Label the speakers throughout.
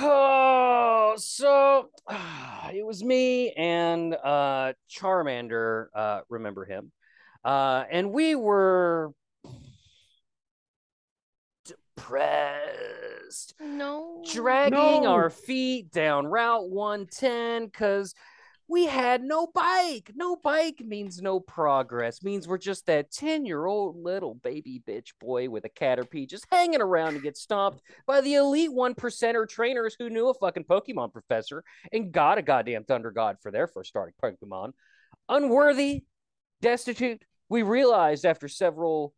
Speaker 1: Oh, so it was me and uh, Charmander. Uh, remember him? Uh, and we were depressed,
Speaker 2: No.
Speaker 1: dragging
Speaker 3: No.
Speaker 1: our feet down Route 110 because we had no bike. No bike means no progress. Means we're just that 10-year-old little baby bitch boy with a caterpie just hanging around to get stomped by the elite one percenter trainers who knew a fucking Pokemon professor and got a goddamn Thunder God for their first starting Pokemon. Unworthy, destitute. We realized after several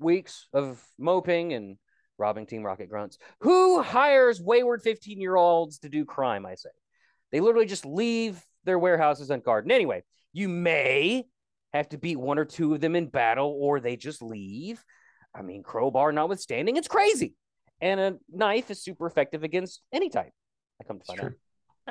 Speaker 1: weeks of moping and robbing Team Rocket grunts, who hires wayward 15 year olds to do crime, I say. They literally just leave their warehouses unguarded. Anyway, you may have to beat one or two of them in battle, or they just leave. I mean, crowbar notwithstanding, it's crazy. And a knife is super effective against any type. I come to
Speaker 3: It's
Speaker 1: find out.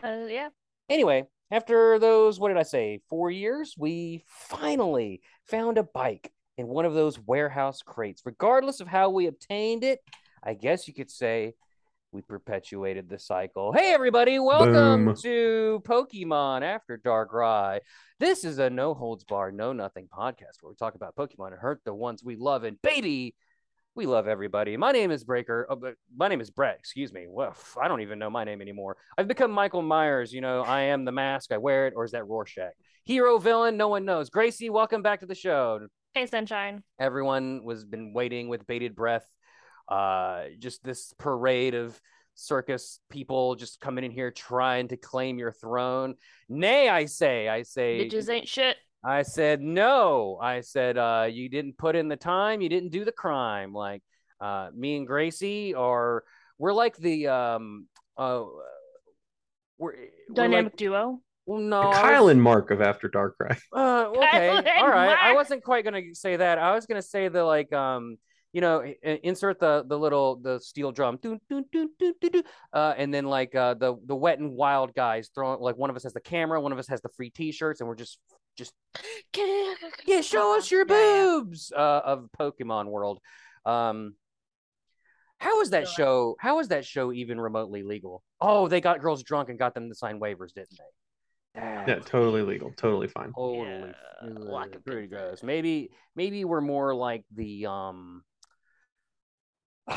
Speaker 3: true.
Speaker 2: Uh, yeah.
Speaker 1: Anyway, after those, what did I say, four years, we finally found a bike in one of those warehouse crates. Regardless of how we obtained it, I guess you could say we perpetuated the cycle. Hey, everybody, welcome
Speaker 3: Boom.
Speaker 1: to Pokemon After Dark Rye. This is a no holds bar, no nothing podcast where we talk about Pokemon and hurt the ones we love. And baby, we love everybody. My name is Breaker. Oh, but my name is Brett. Excuse me. Well, pff, I don't even know my name anymore. I've become Michael Myers. You know, I am the mask. I wear it, or is that Rorschach? Hero, villain, no one knows. Gracie, welcome back to the show
Speaker 2: Hey, sunshine.
Speaker 1: everyone was been waiting with bated breath uh just this parade of circus people just coming in here trying to claim your throne nay i say i say
Speaker 2: Bitches ain't shit.
Speaker 1: i said no i said uh you didn't put in the time you didn't do the crime like uh me and gracie are we're like the um uh we're, we're
Speaker 2: Dynamic
Speaker 1: like,
Speaker 2: duo.
Speaker 1: well, no I
Speaker 3: The
Speaker 1: was-
Speaker 3: Kyle and Mark of After Dark, right?
Speaker 1: uh, okay.
Speaker 2: and
Speaker 1: All right. I
Speaker 2: Mark.
Speaker 1: wasn't quite gonna say that. I was gonna say the like um you know i- i- insert the the little the steel drum doo, doo, doo, doo, doo, doo, uh, and then like uh, the the wet and wild guys throwing like one of us has the camera, one of us has the free T-shirts, and we're just yeah, show us your
Speaker 2: Yeah, yeah.
Speaker 1: boobs uh, of Pokemon World. Um, how was that
Speaker 2: Still
Speaker 1: show? How was that show even remotely legal? Oh, they got girls drunk and got them to sign waivers, didn't they?
Speaker 3: Yeah, totally legal, totally fine.
Speaker 1: Holy
Speaker 2: Yeah,
Speaker 1: f-
Speaker 2: lack
Speaker 1: ugh,
Speaker 2: of
Speaker 1: pretty
Speaker 2: consent.
Speaker 1: gross. Maybe maybe we're more like the um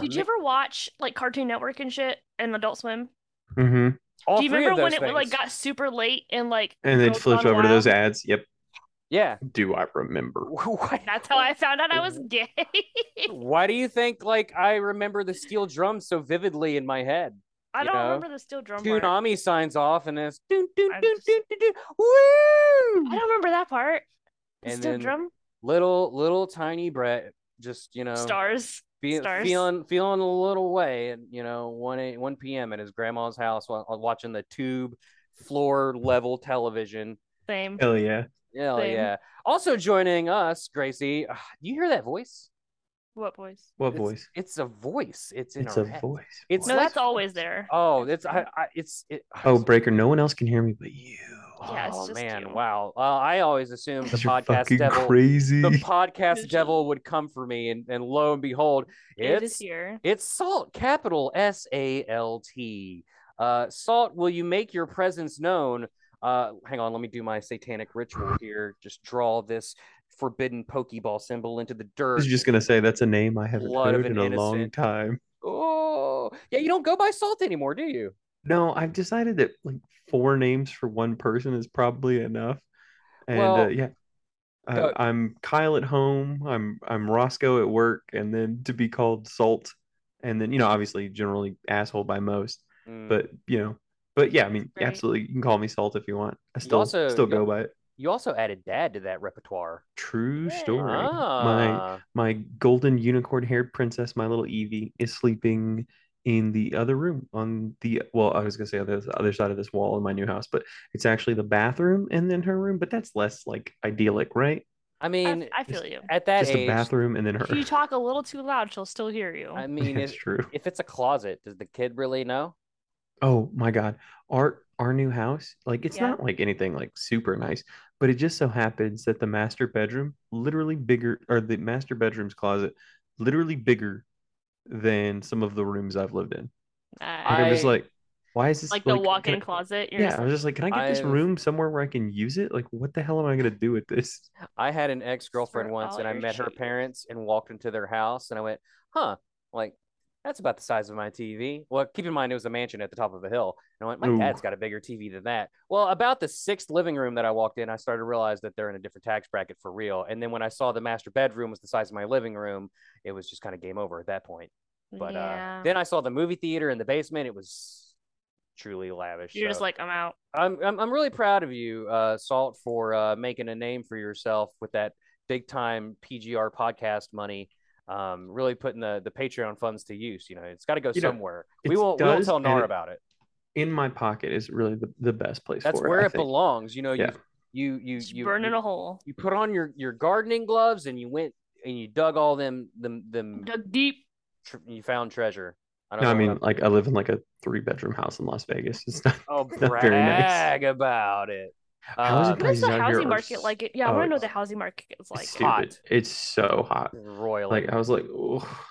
Speaker 2: Did you ever watch like Cartoon Network and shit and Adult Swim?
Speaker 3: hmm
Speaker 1: all
Speaker 2: Do you
Speaker 1: three of
Speaker 2: remember when
Speaker 1: those
Speaker 2: it like
Speaker 1: things.
Speaker 2: got super late and like
Speaker 3: And then
Speaker 2: girls
Speaker 3: flipped
Speaker 2: gone
Speaker 3: over to those
Speaker 2: wild?
Speaker 3: ads. Yep.
Speaker 1: Yeah.
Speaker 3: Do I remember?
Speaker 1: Why,
Speaker 2: That's how I found out I was gay.
Speaker 1: why do you think like I remember the steel drum so vividly in my head?
Speaker 2: I
Speaker 1: You
Speaker 2: don't
Speaker 1: know?
Speaker 2: remember the steel drum part.
Speaker 1: Toonami signs off and it's doon, doon,
Speaker 2: I
Speaker 1: doon,
Speaker 2: just-
Speaker 1: doon, doon, doon, woo!
Speaker 2: I don't remember that part. The
Speaker 1: And
Speaker 2: steel
Speaker 1: then
Speaker 2: drum
Speaker 1: little little tiny Brett just you know
Speaker 2: stars.
Speaker 1: Feel,
Speaker 2: Stars.
Speaker 1: feeling feeling a little way at you know 1 a, 1 p.m at his grandma's house while, while watching the tube floor level television
Speaker 2: Same.
Speaker 3: Hell yeah.
Speaker 1: Hell
Speaker 2: Same.
Speaker 1: yeah also joining us gracie uh, you hear that voice
Speaker 2: What voice?
Speaker 3: What
Speaker 1: It's-
Speaker 3: voice?
Speaker 1: it's a voice it's in
Speaker 3: It's
Speaker 1: our
Speaker 3: a
Speaker 1: head.
Speaker 3: voice.
Speaker 1: It's
Speaker 2: No,
Speaker 1: like-
Speaker 2: that's always there.
Speaker 1: oh it's I, I it's it,
Speaker 3: Oh, Breaker, no one else can hear me but you.
Speaker 2: Yeah, it's
Speaker 1: oh
Speaker 2: just
Speaker 1: man
Speaker 2: you.
Speaker 1: wow uh, i always assumed the
Speaker 3: 'Cause you're
Speaker 1: podcast
Speaker 3: fucking
Speaker 1: devil
Speaker 3: crazy.
Speaker 1: the podcast
Speaker 2: Gucci.
Speaker 1: devil would come for me and, and lo and behold
Speaker 2: It
Speaker 1: it's
Speaker 2: is here.
Speaker 1: It's salt, capital S A L T. Uh, salt, will you make your presence known? Uh, hang on, let me do my satanic ritual here. Just draw this forbidden Pokeball symbol into the
Speaker 3: I
Speaker 1: dirt.
Speaker 3: was just gonna say that's a name I haven't
Speaker 1: Blood of
Speaker 3: heard in
Speaker 1: an
Speaker 3: a long
Speaker 1: innocent.
Speaker 3: time.
Speaker 1: Oh, yeah, you don't go by salt anymore, do you?
Speaker 3: No, I've decided that like four names for one person is probably enough. And uh,
Speaker 1: Well,
Speaker 3: yeah, uh,
Speaker 1: go-
Speaker 3: I'm Kyle at home. I'm I'm Roscoe at work, and then to be called Salt, and then you know obviously generally asshole by most,
Speaker 1: Mm.
Speaker 3: but you know, but yeah, I mean
Speaker 2: Right.
Speaker 3: absolutely you can call me Salt if you want. I still
Speaker 1: also-
Speaker 3: still
Speaker 1: you-
Speaker 3: go by it.
Speaker 1: you also added dad to that repertoire.
Speaker 3: True
Speaker 2: Yeah.
Speaker 3: story. My
Speaker 1: Ah,
Speaker 3: my golden unicorn haired princess, my little Evie, is sleeping in the other room on the well, I was gonna say on the other side of this wall in my new house, but it's actually the bathroom and then her room, but that's less like idyllic, right?
Speaker 1: I mean,
Speaker 2: I, I feel you.
Speaker 1: at that
Speaker 3: Just a
Speaker 1: age,
Speaker 3: bathroom and then her.
Speaker 2: If you talk a little too loud, she'll still hear you.
Speaker 1: I mean,
Speaker 3: That's
Speaker 1: if,
Speaker 3: true.
Speaker 1: if it's a closet, does the kid really know?
Speaker 3: Oh my God. Our our new house, like it's
Speaker 2: Yeah.
Speaker 3: not like anything like super nice, but it just so happens that the master bedroom literally bigger or the master bedroom's closet literally bigger than some of the rooms I've lived in. Like I, am just
Speaker 1: I-
Speaker 3: like, why is this
Speaker 2: like the
Speaker 3: can
Speaker 2: walk-in
Speaker 3: I-
Speaker 2: closet. You're
Speaker 3: Yeah,
Speaker 2: just
Speaker 3: I was just like, can I get this
Speaker 1: I've-
Speaker 3: room somewhere where I can use it? Like, what the hell am I gonna do with this?
Speaker 1: I had an ex girlfriend
Speaker 2: Throw
Speaker 1: once,
Speaker 2: all
Speaker 1: and I
Speaker 2: your
Speaker 1: met her
Speaker 2: shit.
Speaker 1: parents and walked into their house, and I went, "Huh, like that's about the size of my TV." Well, keep in mind it was a mansion at the top of a hill, and I went, "My
Speaker 3: Ooh.
Speaker 1: dad's got a bigger TV than that." Well, about the sixth living room that I walked in, I started to realize that they're in a different tax bracket for real. And then when I saw the master bedroom was the size of my living room, it was just kind of game over at that point. But
Speaker 2: yeah.
Speaker 1: uh, then I saw the movie theater in the basement; it was truly lavish.
Speaker 2: you're just
Speaker 1: so-
Speaker 2: like I'm out.
Speaker 1: I'm I'm I'm really proud of you, uh, Salt, for uh, making a name for yourself with that big time PGR podcast money. Um, really putting the the Patreon funds to use. You know, it's got to go
Speaker 3: You know,
Speaker 1: somewhere. we
Speaker 3: it
Speaker 1: won't we won't
Speaker 3: does,
Speaker 1: tell
Speaker 3: and
Speaker 1: Nar
Speaker 3: it-
Speaker 1: about it.
Speaker 3: In my pocket is really the, the best place
Speaker 1: That's
Speaker 3: for
Speaker 1: where
Speaker 3: I
Speaker 1: it
Speaker 3: think.
Speaker 1: belongs. You know,
Speaker 3: Yeah.
Speaker 1: you you you
Speaker 2: Just
Speaker 1: you
Speaker 2: burning
Speaker 1: you,
Speaker 2: a hole.
Speaker 1: you put on your your gardening gloves and you went and you dug all them them them
Speaker 2: Dug deep.
Speaker 1: tr- you found treasure. I
Speaker 3: No, I
Speaker 1: what
Speaker 3: mean,
Speaker 1: I'm-
Speaker 3: like I live in like a three bedroom house in Las Vegas. It's not
Speaker 1: oh,
Speaker 3: not very nice.
Speaker 1: brag about it.
Speaker 3: How is it
Speaker 1: Um,
Speaker 3: Prices
Speaker 2: What is the
Speaker 3: out here
Speaker 2: housing
Speaker 3: are
Speaker 2: market like? It- Yeah, I
Speaker 3: so
Speaker 2: want to know what the
Speaker 3: expensive.
Speaker 2: housing market is like.
Speaker 3: it's
Speaker 1: hot.
Speaker 3: stupid. It's so hot.
Speaker 1: royally?
Speaker 3: Like I was like, oh,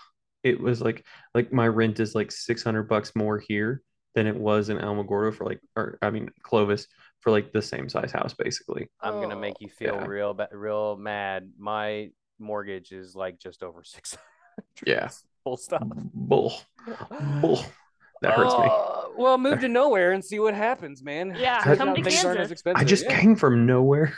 Speaker 3: it was like like my rent is like six hundred bucks more here than it was in Alamogordo for like, or I mean Clovis for like the same size house basically.
Speaker 1: I'm gonna
Speaker 2: Oh.
Speaker 1: make you feel
Speaker 3: Yeah.
Speaker 1: real ba- real mad. My mortgage is like just over six hundred.
Speaker 3: Yeah.
Speaker 1: Full stop.
Speaker 3: Bull, bull. That hurts me.
Speaker 1: Uh, Well, move to nowhere and see what happens, man.
Speaker 2: Yeah,
Speaker 1: Turns
Speaker 3: come
Speaker 1: out
Speaker 3: to
Speaker 1: things aren't
Speaker 2: Kansas.
Speaker 1: as expensive.
Speaker 3: I just
Speaker 1: yeah.
Speaker 3: came from nowhere.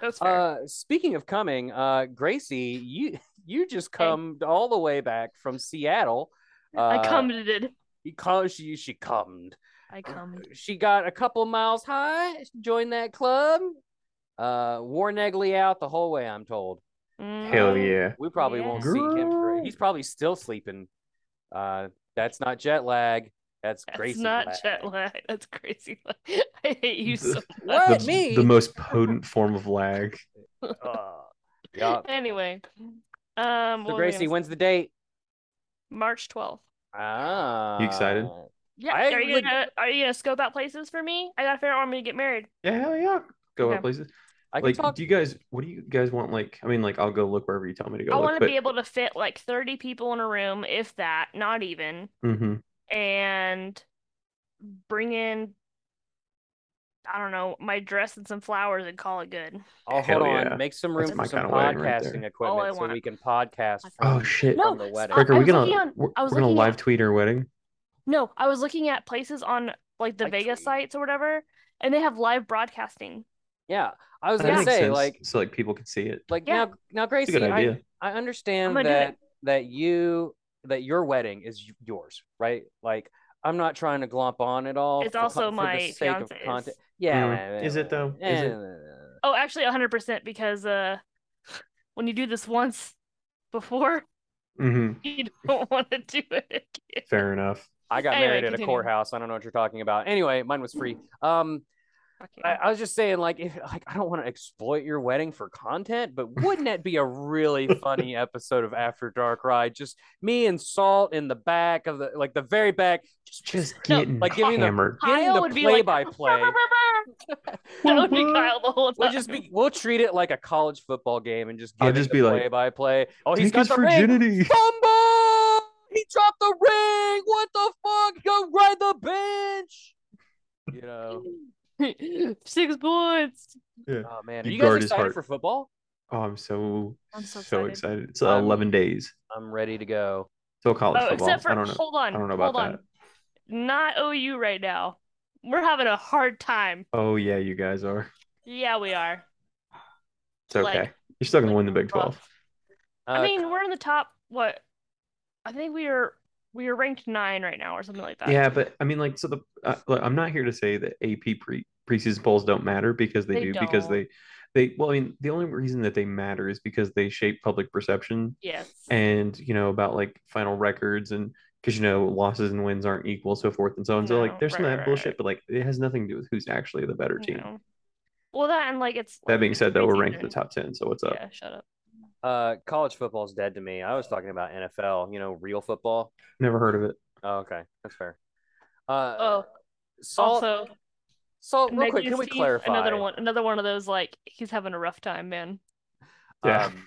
Speaker 2: That's fair.
Speaker 1: Uh, speaking of coming, uh, Gracie, you you just
Speaker 2: Hey.
Speaker 1: come all the way back from Seattle. Uh,
Speaker 2: I commented.
Speaker 1: You come, she she cummed.
Speaker 2: I commented.
Speaker 1: She got a couple miles high. Joined that club. Uh, Warren Egley out the whole way. I'm told.
Speaker 3: Hell
Speaker 2: Mm.
Speaker 3: yeah.
Speaker 1: We probably won't see him. For,
Speaker 3: Girl.
Speaker 1: he's probably still sleeping. Uh, that's not jet lag. That's,
Speaker 2: That's
Speaker 1: Gracie
Speaker 2: not
Speaker 1: lag.
Speaker 2: jet lag. That's crazy. I hate you so
Speaker 3: The-
Speaker 2: much.
Speaker 1: What
Speaker 3: The,
Speaker 1: me?
Speaker 3: the most potent form of lag.
Speaker 1: Ugh. yeah.
Speaker 2: Anyway, um,
Speaker 1: Uh, So
Speaker 2: what was I
Speaker 1: Gracie,
Speaker 2: gonna
Speaker 1: when's the date?
Speaker 2: say? March twelfth.
Speaker 1: Ah,
Speaker 3: You excited?
Speaker 2: Yeah,
Speaker 1: I
Speaker 2: are you
Speaker 1: would-
Speaker 2: gonna are you gonna scope out places for me? I got a fair army to get married.
Speaker 3: Yeah, hell yeah. Go
Speaker 2: Okay.
Speaker 3: out places.
Speaker 1: I can
Speaker 3: like,
Speaker 1: talk.
Speaker 3: do you guys? What do you guys want? Like, I mean, like, I'll go look wherever you tell me to go.
Speaker 2: I
Speaker 3: look,
Speaker 2: want to
Speaker 3: but,
Speaker 2: be able to fit like thirty people in a room, if that, not even,
Speaker 3: hmm
Speaker 2: and bring in. I don't know my dress and some flowers and call it good.
Speaker 1: Oh, hold
Speaker 3: Hell
Speaker 1: on.
Speaker 3: yeah.
Speaker 1: Make some room
Speaker 3: That's
Speaker 1: for
Speaker 3: my
Speaker 1: some
Speaker 3: kinda wedding right
Speaker 1: podcasting
Speaker 3: there.
Speaker 1: equipment
Speaker 2: I
Speaker 1: so
Speaker 2: want.
Speaker 1: we can podcast.
Speaker 3: Oh,
Speaker 1: from-
Speaker 3: shit.
Speaker 1: From
Speaker 2: No,
Speaker 1: the
Speaker 2: stop.
Speaker 1: wedding.
Speaker 3: Parker,
Speaker 2: I
Speaker 3: we
Speaker 2: was
Speaker 3: gonna
Speaker 2: looking on-
Speaker 3: we're,
Speaker 2: I was
Speaker 3: we're gonna
Speaker 2: looking
Speaker 3: live
Speaker 2: at-
Speaker 3: tweet our wedding.
Speaker 2: No, I was looking at places on like the
Speaker 1: Like
Speaker 2: Vegas
Speaker 1: Tweet.
Speaker 2: sites or whatever, and they have live broadcasting.
Speaker 1: Yeah, I was
Speaker 3: That
Speaker 1: gonna
Speaker 3: makes
Speaker 1: say
Speaker 3: sense,
Speaker 1: like
Speaker 3: so like people can see it.
Speaker 1: like
Speaker 2: Yeah.
Speaker 1: now now
Speaker 3: It's a
Speaker 1: Gracie,
Speaker 3: good
Speaker 1: I,
Speaker 3: idea.
Speaker 1: I understand
Speaker 2: gonna do it.
Speaker 1: that that you that your wedding is y- yours, right? Like I'm not trying to glomp on at all.
Speaker 2: It's
Speaker 1: for con-
Speaker 2: also
Speaker 1: for the
Speaker 2: my
Speaker 1: sake of
Speaker 2: fiance's.
Speaker 1: content. Yeah. Eh,
Speaker 3: Mm. Is it though? Is it?
Speaker 1: it?
Speaker 2: Oh, actually, 100% because uh, when you do this once before,
Speaker 3: hmm
Speaker 2: you don't want to do it again.
Speaker 3: Fair enough.
Speaker 1: I got
Speaker 2: Anyway,
Speaker 1: married at a
Speaker 2: continue.
Speaker 1: courthouse. I don't know what you're talking about. Anyway, mine was free. Um,
Speaker 2: Fuck you.
Speaker 1: I, I was just saying, like, if like I don't want to exploit your wedding for content, but wouldn't that be a really funny episode of After Dark Ride? Just me and Salt in the back of the like the very back, just
Speaker 3: Just
Speaker 2: No,
Speaker 3: getting
Speaker 1: like, give me the-
Speaker 3: hammered.
Speaker 1: getting
Speaker 2: Kyle
Speaker 1: the
Speaker 2: would be like,
Speaker 1: play-by-play.
Speaker 2: that would be Kyle the whole time.
Speaker 1: We'll just be we'll treat it like a college football game and just give
Speaker 3: I'll
Speaker 1: it
Speaker 3: just
Speaker 1: the
Speaker 3: be like,
Speaker 1: play by play. Oh, he's
Speaker 3: Take
Speaker 1: got
Speaker 3: his
Speaker 1: the ring.
Speaker 3: virginity.
Speaker 1: Fumble! He dropped the ring. What the fuck? Go ride the bench. You know.
Speaker 2: Six points.
Speaker 1: Oh man, are
Speaker 3: You
Speaker 1: you, guys
Speaker 3: guard his
Speaker 1: excited
Speaker 3: heart.
Speaker 1: for football?
Speaker 3: Oh, I'm so
Speaker 2: I'm so
Speaker 3: so
Speaker 2: excited.
Speaker 3: excited. It's uh,
Speaker 1: I'm-
Speaker 3: eleven days
Speaker 1: I'm ready to go.
Speaker 3: till college
Speaker 2: Oh,
Speaker 3: football.
Speaker 2: except for,
Speaker 3: I don't know.
Speaker 2: hold on.
Speaker 3: I don't know
Speaker 2: hold
Speaker 3: about
Speaker 2: on.
Speaker 3: that.
Speaker 2: Not OU right now. We're having a hard time.
Speaker 3: Oh yeah, you guys are.
Speaker 2: Yeah, we are.
Speaker 3: It's okay.
Speaker 2: Like-
Speaker 3: You're still gonna win the
Speaker 2: like,
Speaker 3: Big Twelve.
Speaker 2: rough.
Speaker 1: Uh,
Speaker 2: I mean, we're in the top, what? I think we are. We are ranked nine right now, or something like that.
Speaker 3: Yeah, but I mean, like, so the uh, look, I'm not here to say that AP pre preseason polls don't matter because they,
Speaker 2: They
Speaker 3: do because
Speaker 2: don't.
Speaker 3: they they well, I mean, the only reason that they matter is because they shape public perception
Speaker 2: Yes.
Speaker 3: and you know about like final records and because you know losses and wins aren't equal, so forth and so on. so
Speaker 2: No,
Speaker 3: like, there's some of
Speaker 2: right,
Speaker 3: that
Speaker 2: right,
Speaker 3: bullshit,
Speaker 2: right.
Speaker 3: but like, it has nothing to do with who's actually the better team.
Speaker 2: No. Well, that and like it's
Speaker 3: That being said, though, we're
Speaker 2: crazy
Speaker 3: ranked in
Speaker 2: that-
Speaker 3: the top ten. So what's up?
Speaker 2: Yeah, shut up.
Speaker 1: Uh, college football's dead to me. I was talking about NFL. You know, real football.
Speaker 3: Never heard of it.
Speaker 1: Oh, okay, that's fair. Uh,
Speaker 2: Oh,
Speaker 1: salt,
Speaker 2: also,
Speaker 1: salt. Real quick,
Speaker 2: negative
Speaker 1: can we
Speaker 2: Steve,
Speaker 1: clarify?
Speaker 2: Another one, another one of those like he's having a rough time, man.
Speaker 3: Yeah.
Speaker 1: Um,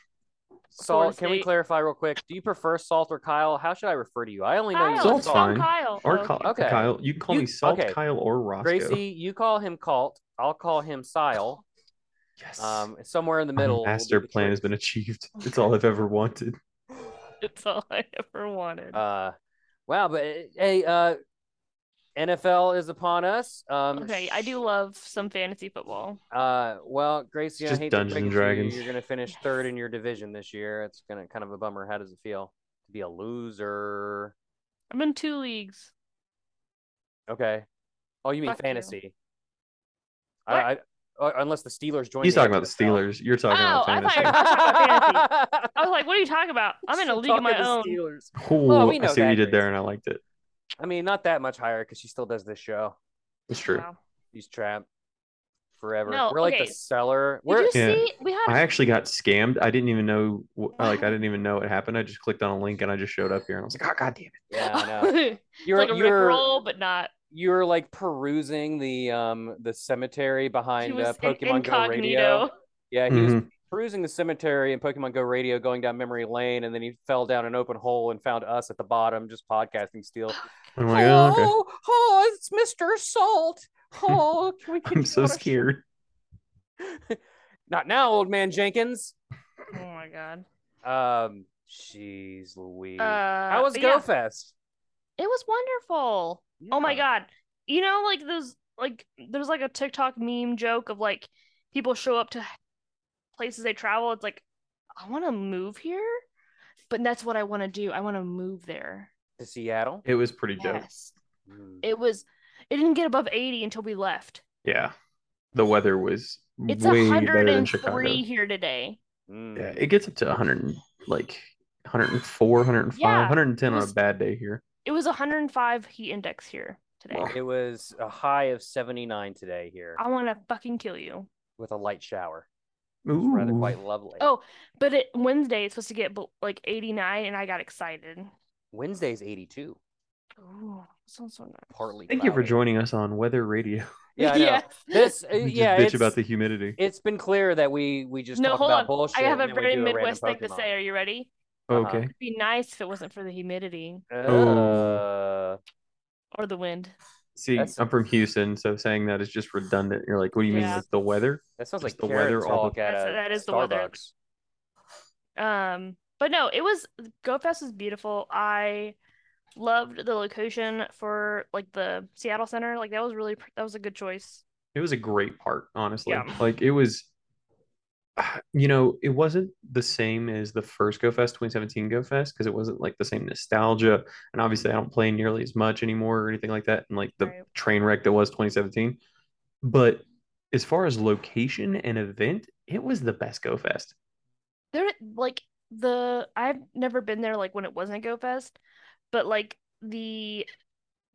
Speaker 1: salt. Can we
Speaker 2: State.
Speaker 1: clarify real quick? Do you prefer Salt or Kyle? How should I refer to you? I only know you
Speaker 2: Kyle,
Speaker 1: as
Speaker 3: Salt's
Speaker 2: Salt's
Speaker 1: Salt.
Speaker 3: fine.
Speaker 2: Kyle.
Speaker 3: Or
Speaker 2: Okay.
Speaker 3: Kyle,
Speaker 1: okay.
Speaker 3: Kyle. You can call
Speaker 1: You-
Speaker 3: me Salt,
Speaker 1: okay.
Speaker 3: Kyle, or Roscoe.
Speaker 1: Gracie, you call him Calt. I'll call him Sile.
Speaker 3: yes.
Speaker 1: Um, somewhere in the
Speaker 3: My
Speaker 1: middle. will
Speaker 3: master
Speaker 1: be the
Speaker 3: plan has
Speaker 1: choice.
Speaker 3: been achieved. It's all I've ever wanted.
Speaker 2: It's all I ever wanted.
Speaker 1: Uh, wow, but uh, hey, uh, NFL is upon us. Um,
Speaker 2: okay, I do love some fantasy football.
Speaker 1: Uh, well, Gracie, I
Speaker 3: just
Speaker 1: hate
Speaker 3: Dungeons
Speaker 1: to break it to
Speaker 3: and
Speaker 1: you,
Speaker 3: Dragons.
Speaker 1: You're gonna finish third in your division this year. It's gonna kind of a bummer. How does it feel to be a loser?
Speaker 2: I'm in two leagues.
Speaker 1: Okay. Oh, you mean
Speaker 2: Fuck you.
Speaker 1: fantasy? I, I, uh, unless the Steelers join.
Speaker 3: He's
Speaker 1: the
Speaker 3: talking about the
Speaker 1: NFL.
Speaker 3: Steelers. You're talking about
Speaker 2: Oh, I thought
Speaker 3: fantasy.
Speaker 2: you were talking about I was like, what are you talking about? I'm in a
Speaker 1: Still
Speaker 2: league of my own.
Speaker 1: talking to Steelers.
Speaker 3: Ooh,
Speaker 1: Well, we know
Speaker 3: I see what
Speaker 1: that,
Speaker 3: you did there,
Speaker 1: Grace.
Speaker 3: and I liked it.
Speaker 1: I mean, not that much higher because she still does this show.
Speaker 3: It's true.
Speaker 2: Wow.
Speaker 1: She's trapped forever.
Speaker 2: No,
Speaker 1: We're like
Speaker 2: okay.
Speaker 1: the seller.
Speaker 2: Did
Speaker 1: We're
Speaker 2: you
Speaker 3: Yeah.
Speaker 2: see? We had
Speaker 3: I actually got scammed. I didn't even know. wh- Like I didn't even know it happened. I just clicked on a link and I just showed up here, and I was like, "Oh God damn it!"
Speaker 1: yeah, I know.
Speaker 2: it's
Speaker 1: You're
Speaker 2: like a
Speaker 1: you're
Speaker 2: roll, but not.
Speaker 1: you're like perusing the um the cemetery
Speaker 2: He
Speaker 1: behind
Speaker 2: was
Speaker 1: uh,
Speaker 2: in-
Speaker 1: Pokemon Go
Speaker 2: incognito.
Speaker 1: radio.
Speaker 3: "Ah,
Speaker 1: Yeah, he
Speaker 3: Mm-hmm.
Speaker 1: was perusing the cemetery in Pokemon Go radio, going down memory lane, and then he fell down an open hole and found us at the bottom, just podcasting still.
Speaker 3: I'm like, "Oh, okay."
Speaker 1: oh, it's Mister Salt. Oh, can we
Speaker 3: I'm so scared.
Speaker 1: Not now, old man Jenkins.
Speaker 2: Oh my god.
Speaker 1: Um, jeez, Louise.
Speaker 2: Uh,
Speaker 1: How was
Speaker 2: but
Speaker 1: GoFest?
Speaker 2: yeah, it was wonderful. Oh my
Speaker 1: Yeah.
Speaker 2: god. You know, like those, like there's like a TikTok meme joke of like people show up to places they travel. It's like I want to move here, but that's what I want to do. I want to move there.
Speaker 1: to Seattle.
Speaker 3: It was pretty dope.
Speaker 2: Yes. It was. It didn't get above 80 until we left.
Speaker 3: Yeah, the weather was
Speaker 2: It's
Speaker 3: way better than Chicago.
Speaker 2: 103 here today.
Speaker 1: Mm.
Speaker 3: Yeah, it gets up to 100, and, like 104, 105,
Speaker 2: Yeah,
Speaker 3: 110
Speaker 2: it
Speaker 3: on a
Speaker 2: was-
Speaker 3: bad day here.
Speaker 2: It was 105 heat index here today.
Speaker 3: Wow.
Speaker 1: It was a high of 79 today here
Speaker 2: I want to fucking kill you.
Speaker 1: with a light shower. It was rather
Speaker 3: Ooh,
Speaker 1: quite lovely.
Speaker 2: Oh. But it Wednesday it's supposed to get bel- like 89 and I got excited.
Speaker 1: Wednesday's 82.
Speaker 2: Ooh, sounds so nice.
Speaker 1: Partly.
Speaker 3: thank you for
Speaker 1: cloudy.
Speaker 3: joining us on Weather Radio.
Speaker 1: Yeah, I know. This, uh,
Speaker 3: We just
Speaker 1: yeah,
Speaker 3: bitch
Speaker 1: it's,
Speaker 3: about the humidity.
Speaker 1: it's been clear that we we just
Speaker 2: No,
Speaker 1: talk
Speaker 2: hold
Speaker 1: about
Speaker 2: on.
Speaker 1: bullshit.
Speaker 2: I have a
Speaker 1: and then we
Speaker 2: very
Speaker 1: do random
Speaker 2: Midwest thing to
Speaker 1: Pokemon.
Speaker 2: say. Are you ready?
Speaker 1: uh-huh.
Speaker 3: Okay,
Speaker 2: It'd be nice if it wasn't for the humidity
Speaker 1: Uh,
Speaker 3: Oh.
Speaker 2: or the wind.
Speaker 3: see,
Speaker 1: That's-
Speaker 3: I'm from Houston, so saying that is just redundant. You're like, what do you mean,
Speaker 2: Yeah.
Speaker 3: like the weather?
Speaker 1: That sounds
Speaker 3: Just
Speaker 1: like
Speaker 3: the
Speaker 1: carrot
Speaker 3: weather all the-
Speaker 1: talk at
Speaker 2: That's-
Speaker 1: a
Speaker 2: that is the weather.
Speaker 1: Starbucks.
Speaker 2: Um, but no, it was GoFest was beautiful. I loved the location for like the Seattle Center. Like that was really pr- that was a good choice.
Speaker 3: It was a great part, honestly.
Speaker 2: Yeah.
Speaker 3: Like it was, you know, it wasn't the same as the first Go Fest 2017 Go Fest because it wasn't like the same nostalgia. And obviously, I don't play nearly as much anymore or anything like that. And like the
Speaker 2: Right.
Speaker 3: train wreck that was 2017. But as far as location and event, it was the best Go Fest.
Speaker 2: There like the I've never been there like when it wasn't GoFest, but like the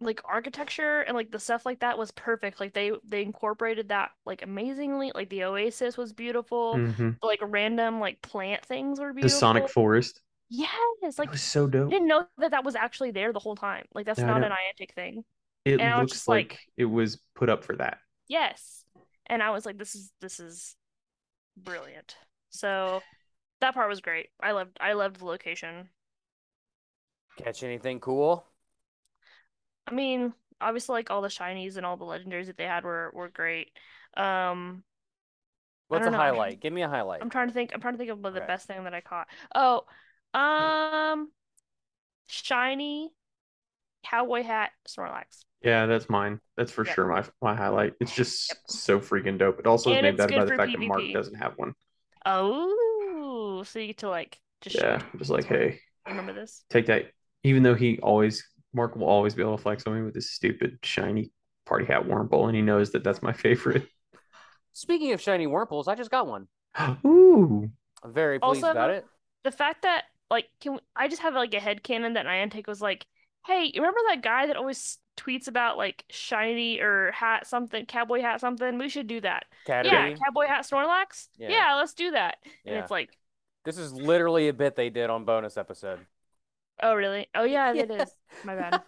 Speaker 2: like architecture and like the stuff like that was perfect. Like they they incorporated that like amazingly. Like the oasis was beautiful.
Speaker 3: Mhm.
Speaker 2: Like random like plant things were
Speaker 3: The
Speaker 2: beautiful.
Speaker 3: Sonic Forest.
Speaker 2: Yes, like
Speaker 3: it was so
Speaker 2: I
Speaker 3: dope.
Speaker 2: didn't know that that was actually there the whole time. Like that's
Speaker 3: Yeah, I
Speaker 2: not
Speaker 3: know.
Speaker 2: an Niantic thing.
Speaker 3: It
Speaker 2: and I was
Speaker 3: looks
Speaker 2: just
Speaker 3: like,
Speaker 2: like-
Speaker 3: it was put up for that.
Speaker 2: Yes. And I was like, this is this is brilliant. So that part was great. I loved I loved the location.
Speaker 1: Catch anything cool?
Speaker 2: I mean, obviously like all the shinies and all the legendaries that they had were were great. Um
Speaker 1: What's a
Speaker 2: don't know.
Speaker 1: highlight? Give me a highlight.
Speaker 2: I'm trying to think I'm trying to think of what the
Speaker 1: Okay.
Speaker 2: best thing that I caught. Oh, um shiny cowboy hat Snorlax.
Speaker 3: Yeah, that's mine. That's for
Speaker 2: Yeah.
Speaker 3: sure my my highlight. It's just so freaking dope. It also is
Speaker 2: And
Speaker 3: made
Speaker 2: it's
Speaker 3: better by
Speaker 2: good
Speaker 3: the
Speaker 2: for
Speaker 3: fact that Mark
Speaker 2: PvP.
Speaker 3: doesn't have one.
Speaker 2: Oh, so you get to like just show
Speaker 3: Yeah,
Speaker 2: it.
Speaker 3: I'm just like, hey,
Speaker 2: remember this?
Speaker 3: take that. Even though he always Mark will always be able to flex on me with his stupid shiny party hat Wurmple, and he knows that that's my favorite.
Speaker 1: Speaking of shiny Wurmples, I just got one.
Speaker 3: Ooh,
Speaker 1: I'm very pleased
Speaker 2: Also-
Speaker 1: about it.
Speaker 2: the fact that like can we, I just have like a headcanon that Niantic was like, Hey, you remember that guy that always tweets about like shiny or hat something, cowboy hat something? We should do that. Yeah,
Speaker 1: Caterpie.
Speaker 2: cowboy hat Snorlax.
Speaker 1: Yeah.
Speaker 2: Yeah, let's do that. And
Speaker 1: Yeah.
Speaker 2: it's like,
Speaker 1: This is literally a bit they did on bonus episode.
Speaker 2: oh really? Oh yeah, it
Speaker 1: Yeah.
Speaker 2: is. My bad.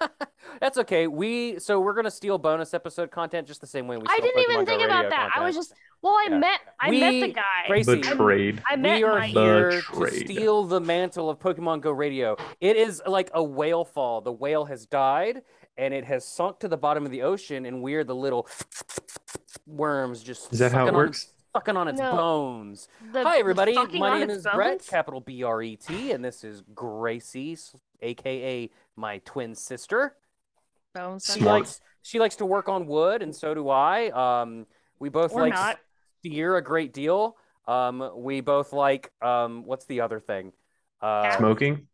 Speaker 1: That's okay. We so we're gonna steal bonus episode content just the same way we.
Speaker 2: I
Speaker 1: steal
Speaker 2: didn't even
Speaker 1: Pokemon Go
Speaker 2: think about
Speaker 1: Radio
Speaker 2: that. I
Speaker 1: content.
Speaker 2: was just well, I
Speaker 1: Yeah.
Speaker 2: met I met
Speaker 1: We-
Speaker 2: the guy.
Speaker 1: Gracie,
Speaker 3: Betrayed.
Speaker 2: I met
Speaker 1: we are
Speaker 2: my
Speaker 1: here to
Speaker 3: Betrayed.
Speaker 1: steal the mantle of Pokemon Go Radio. It is like a whale fall. The whale has died and it has sunk to the bottom of the ocean, and we're the little worms just.
Speaker 3: Is that how it
Speaker 1: sucking on-
Speaker 3: works?
Speaker 1: Sucking on its
Speaker 2: No.
Speaker 1: bones.
Speaker 2: the-
Speaker 1: Hi,
Speaker 2: the
Speaker 1: everybody.
Speaker 2: fucking
Speaker 1: My
Speaker 2: on
Speaker 1: name
Speaker 2: its
Speaker 1: is Brett,
Speaker 2: bones?
Speaker 1: capital B R E T, and this is Gracie, s- aka my twin sister.
Speaker 2: Bones,
Speaker 1: She
Speaker 2: that's
Speaker 3: Smart.
Speaker 1: likes she likes to work on wood, and so do I. Um, we both
Speaker 2: Or
Speaker 1: like
Speaker 2: not.
Speaker 1: steer a great deal. Um, we both like um, what's the other thing? Uh,
Speaker 3: Smoking.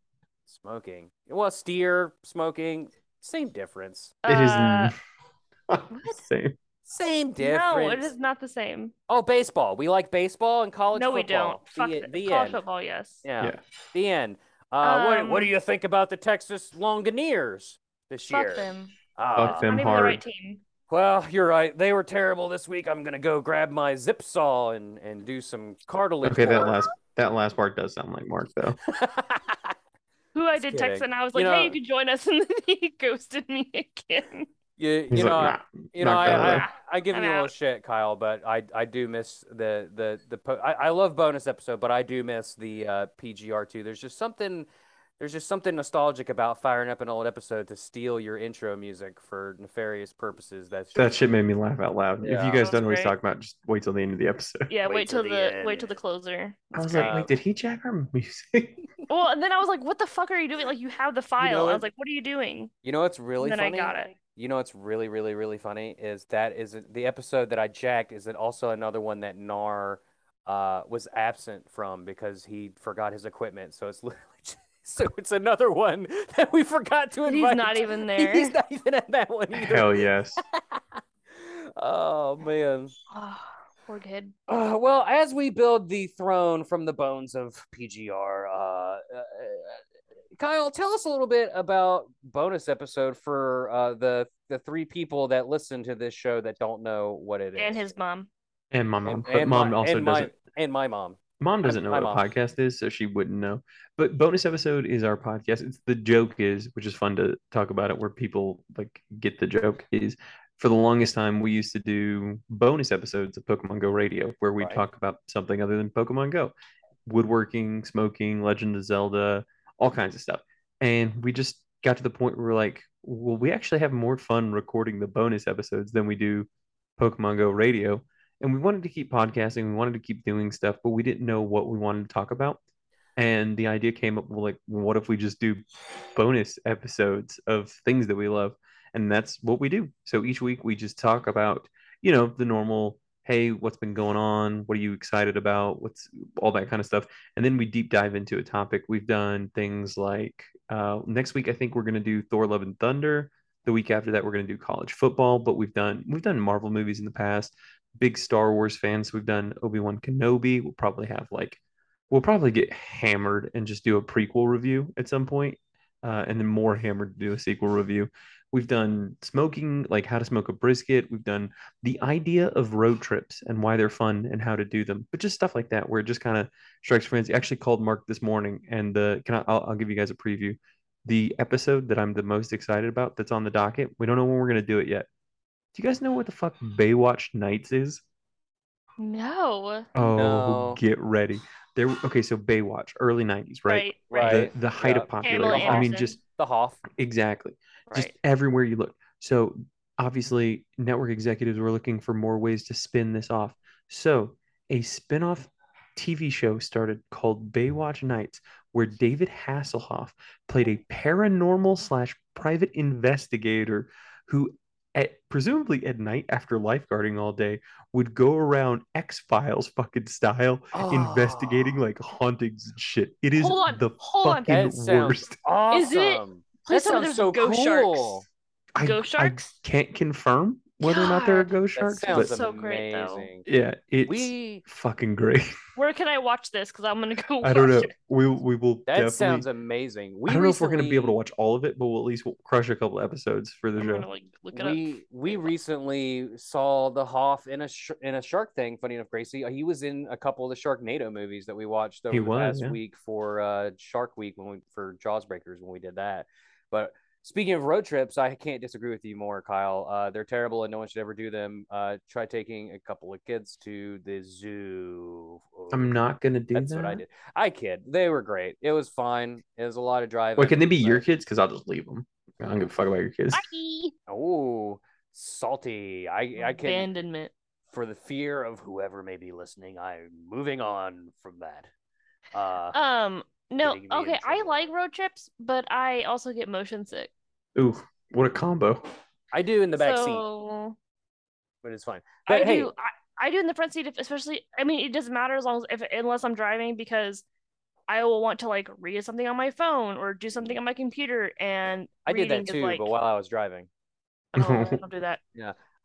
Speaker 1: Smoking. Well, steer, smoking, same difference.
Speaker 3: It is
Speaker 2: Uh,
Speaker 3: not same.
Speaker 1: Same difference.
Speaker 2: no, it is not the same.
Speaker 1: Oh, baseball. We like baseball and college
Speaker 2: no, we
Speaker 1: football.
Speaker 2: don't. Fuck
Speaker 1: The, e-, uh,
Speaker 2: it.
Speaker 1: the
Speaker 2: college
Speaker 1: end.
Speaker 2: football, yes.
Speaker 1: Yeah.
Speaker 3: Yeah.
Speaker 1: The end. Uh, what, what do
Speaker 2: Um,
Speaker 1: you think about the Texas Longaniers this
Speaker 2: Fuck
Speaker 1: year?
Speaker 2: them.
Speaker 1: Ah,
Speaker 3: Fuck
Speaker 2: Not
Speaker 3: them
Speaker 2: even the
Speaker 3: hard.
Speaker 2: right team.
Speaker 1: Well, you're right. They were terrible this week. I'm gonna go grab my zip saw and and do some cartilage.
Speaker 3: Okay, that
Speaker 1: work.
Speaker 3: last that last part does sound like Mark though.
Speaker 2: Who I
Speaker 1: Just
Speaker 2: did text
Speaker 1: kidding.
Speaker 2: and I was
Speaker 1: You
Speaker 2: like, hey,
Speaker 1: know-
Speaker 2: you can join us, and then he ghosted me again.
Speaker 1: you you
Speaker 3: He's
Speaker 1: know,
Speaker 3: like,
Speaker 1: I-
Speaker 3: nah,
Speaker 1: you know,
Speaker 3: knock
Speaker 1: I,
Speaker 3: that
Speaker 1: I
Speaker 3: away.
Speaker 1: I give
Speaker 2: I'm
Speaker 1: you a little
Speaker 2: out.
Speaker 1: shit, Kyle, but I I do miss the the the po- I, I love bonus episode, but I do miss the uh, PGR two. There's just something. There's just something nostalgic about firing up an old episode to steal your intro music for nefarious purposes. That's
Speaker 3: that shit made me laugh out loud. If
Speaker 1: Yeah.
Speaker 3: you guys
Speaker 2: That's
Speaker 3: don't know what he's
Speaker 2: great.
Speaker 3: talking about, just wait till the end of the episode.
Speaker 2: Yeah,
Speaker 1: Wait
Speaker 2: wait,
Speaker 1: till
Speaker 2: till,
Speaker 1: the
Speaker 2: the,
Speaker 1: end.
Speaker 2: wait till the closer.
Speaker 3: I was
Speaker 1: great.
Speaker 3: like, wait, did he jack our music?
Speaker 2: Well, and then I was like, what the fuck are you doing? Like, you have the file. I
Speaker 1: what?
Speaker 2: was like, what are you doing?
Speaker 1: you know what's really
Speaker 2: and then
Speaker 1: funny.
Speaker 2: I got it.
Speaker 1: You know what's really, really, really funny is that is it- the episode that I jacked is it also another one that Nar uh, was absent from because he forgot his equipment. So it's literally so it's another one that we forgot to
Speaker 2: He's
Speaker 1: invite.
Speaker 2: not even there.
Speaker 1: He's not even at that one either.
Speaker 3: Hell yes.
Speaker 1: Oh man.
Speaker 2: Ah, poor kid.
Speaker 1: Uh, well, as we build the throne from the bones of PGR, uh, uh, Kyle, tell us a little bit about bonus episode for uh, the the three people that listen to this show that don't know what it is,
Speaker 2: And his mom.
Speaker 3: And my
Speaker 1: And-
Speaker 3: mom. but
Speaker 1: and
Speaker 3: mom
Speaker 1: my-
Speaker 3: also
Speaker 1: and my-
Speaker 3: doesn't
Speaker 1: and my mom.
Speaker 3: Mom doesn't know
Speaker 1: my
Speaker 3: what a
Speaker 1: mom.
Speaker 3: podcast is, so she wouldn't know. But bonus episode is our podcast. It's the joke is, which is fun to talk about it, where people like get the joke is. For the longest time, we used to do bonus episodes of Pokemon Go Radio, where we
Speaker 1: Right.
Speaker 3: talk about something other than Pokemon Go, woodworking, smoking, Legend of Zelda, all kinds of stuff. And we just got to the point where we're like, well, we actually have more fun recording the bonus episodes than we do Pokemon Go Radio and we wanted to keep podcasting we wanted to keep doing stuff but we didn't know what we wanted to talk about and the idea came up well, like what if we just do bonus episodes of things that we love and that's what we do so each week we just talk about you know the normal hey what's been going on what are you excited about what's all that kind of stuff and then we deep dive into a topic we've done things like uh, next week i think we're going to do thor love and thunder the week after that we're going to do college football but we've done we've done marvel movies in the past big Star Wars fans. We've done Obi Wan Kenobi. We'll probably have like, we'll probably get hammered and just do a prequel review at some point, uh, and then more hammered to do a sequel review. We've done smoking, like how to smoke a brisket. We've done the idea of road trips and why they're fun and how to do them, but just stuff like that where it just kind of strikes friends. Actually, called Mark this morning, and the can I, I'll, I'll give you guys a preview. The episode that I'm the most excited about that's on the docket. We don't know when we're gonna do it yet. Do you guys know what the fuck Baywatch Nights is?
Speaker 2: No.
Speaker 3: Oh,
Speaker 1: No.
Speaker 3: get ready. There okay, so Baywatch, early 90s, right?
Speaker 2: Right. Right.
Speaker 1: Right.
Speaker 3: The, the height
Speaker 1: Yeah.
Speaker 3: of popularity.
Speaker 1: Pamela
Speaker 3: I mean
Speaker 2: Anderson.
Speaker 3: just
Speaker 1: The Hoff.
Speaker 3: exactly. Just
Speaker 2: Right.
Speaker 3: everywhere you look. So obviously network executives were looking for more ways to spin this off. So a spin-off TV show started called Baywatch Nights, where David Hasselhoff played a paranormal slash private investigator who at presumably at night after lifeguarding all day would go around X Files fucking style investigating
Speaker 1: Oh,
Speaker 3: like hauntings and shit. It is
Speaker 2: Hold on,
Speaker 3: the
Speaker 2: hold on.
Speaker 3: fucking
Speaker 1: That sounds
Speaker 3: worst.
Speaker 1: Awesome.
Speaker 2: Is it-
Speaker 1: That
Speaker 2: Please tell
Speaker 1: sounds
Speaker 2: me there's
Speaker 1: so
Speaker 2: ghost
Speaker 1: cool.
Speaker 2: sharks.
Speaker 3: I,
Speaker 2: Ghost
Speaker 3: I
Speaker 2: sharks?
Speaker 3: can't confirm. whether or not there are
Speaker 2: God,
Speaker 3: ghost
Speaker 1: That
Speaker 3: sharks. But
Speaker 1: sounds
Speaker 2: So great, though.
Speaker 1: amazing.
Speaker 3: yeah, it's
Speaker 1: we
Speaker 3: fucking great.
Speaker 2: Where can I watch this? Because I'm gonna go.
Speaker 3: I don't
Speaker 2: watch
Speaker 3: know.
Speaker 2: it.
Speaker 3: We we will
Speaker 1: that
Speaker 3: definitely.
Speaker 1: sounds amazing. We
Speaker 3: I don't know if we're going to be able to
Speaker 1: recently-
Speaker 3: watch all of it, but we'll at least crush a couple episodes for the
Speaker 2: I'm gonna
Speaker 3: show.
Speaker 2: like look it up.
Speaker 1: we we recently saw the Hoff in a sh- in a Shark thing. Funny enough, Gracie, he was in a couple of the Sharknado movies that we watched over
Speaker 3: He
Speaker 1: the
Speaker 3: was,
Speaker 1: past
Speaker 3: yeah.
Speaker 1: week for uh, Shark Week when we for Jaws Breakers when we did that. But speaking of road trips, I can't disagree with you more, Kyle. Uh, they're terrible and no one should ever do them. Uh, try taking a couple of kids to the zoo.
Speaker 3: I'm not going to do
Speaker 1: That's
Speaker 3: that.
Speaker 1: what I did. I kid. They were great. It was fine. It was a lot of driving.
Speaker 3: Wait, can they be your
Speaker 1: but-
Speaker 3: kids? Because I'll just leave them. I don't give a fuck about your kids.
Speaker 2: Bye.
Speaker 1: Oh, salty. I I can
Speaker 2: Abandonment.
Speaker 1: for the fear of whoever may be listening, I'm moving on from that. Uh,
Speaker 2: Um. No.
Speaker 1: Getting me in
Speaker 2: Okay. I
Speaker 1: trouble.
Speaker 2: like road trips, but I also get motion sick.
Speaker 3: Ooh, what a combo!
Speaker 1: I do in the back seat,
Speaker 2: so
Speaker 1: but it's fine.
Speaker 2: I
Speaker 1: But hey,
Speaker 2: do. I, I do in the front seat, if, especially. I mean, it doesn't matter as long as if unless I'm driving because I will want to like read something on my phone or do something on my computer, and
Speaker 1: I did that
Speaker 2: reading is,
Speaker 1: too,
Speaker 2: like,
Speaker 1: but while I was driving.
Speaker 2: oh, don't do that.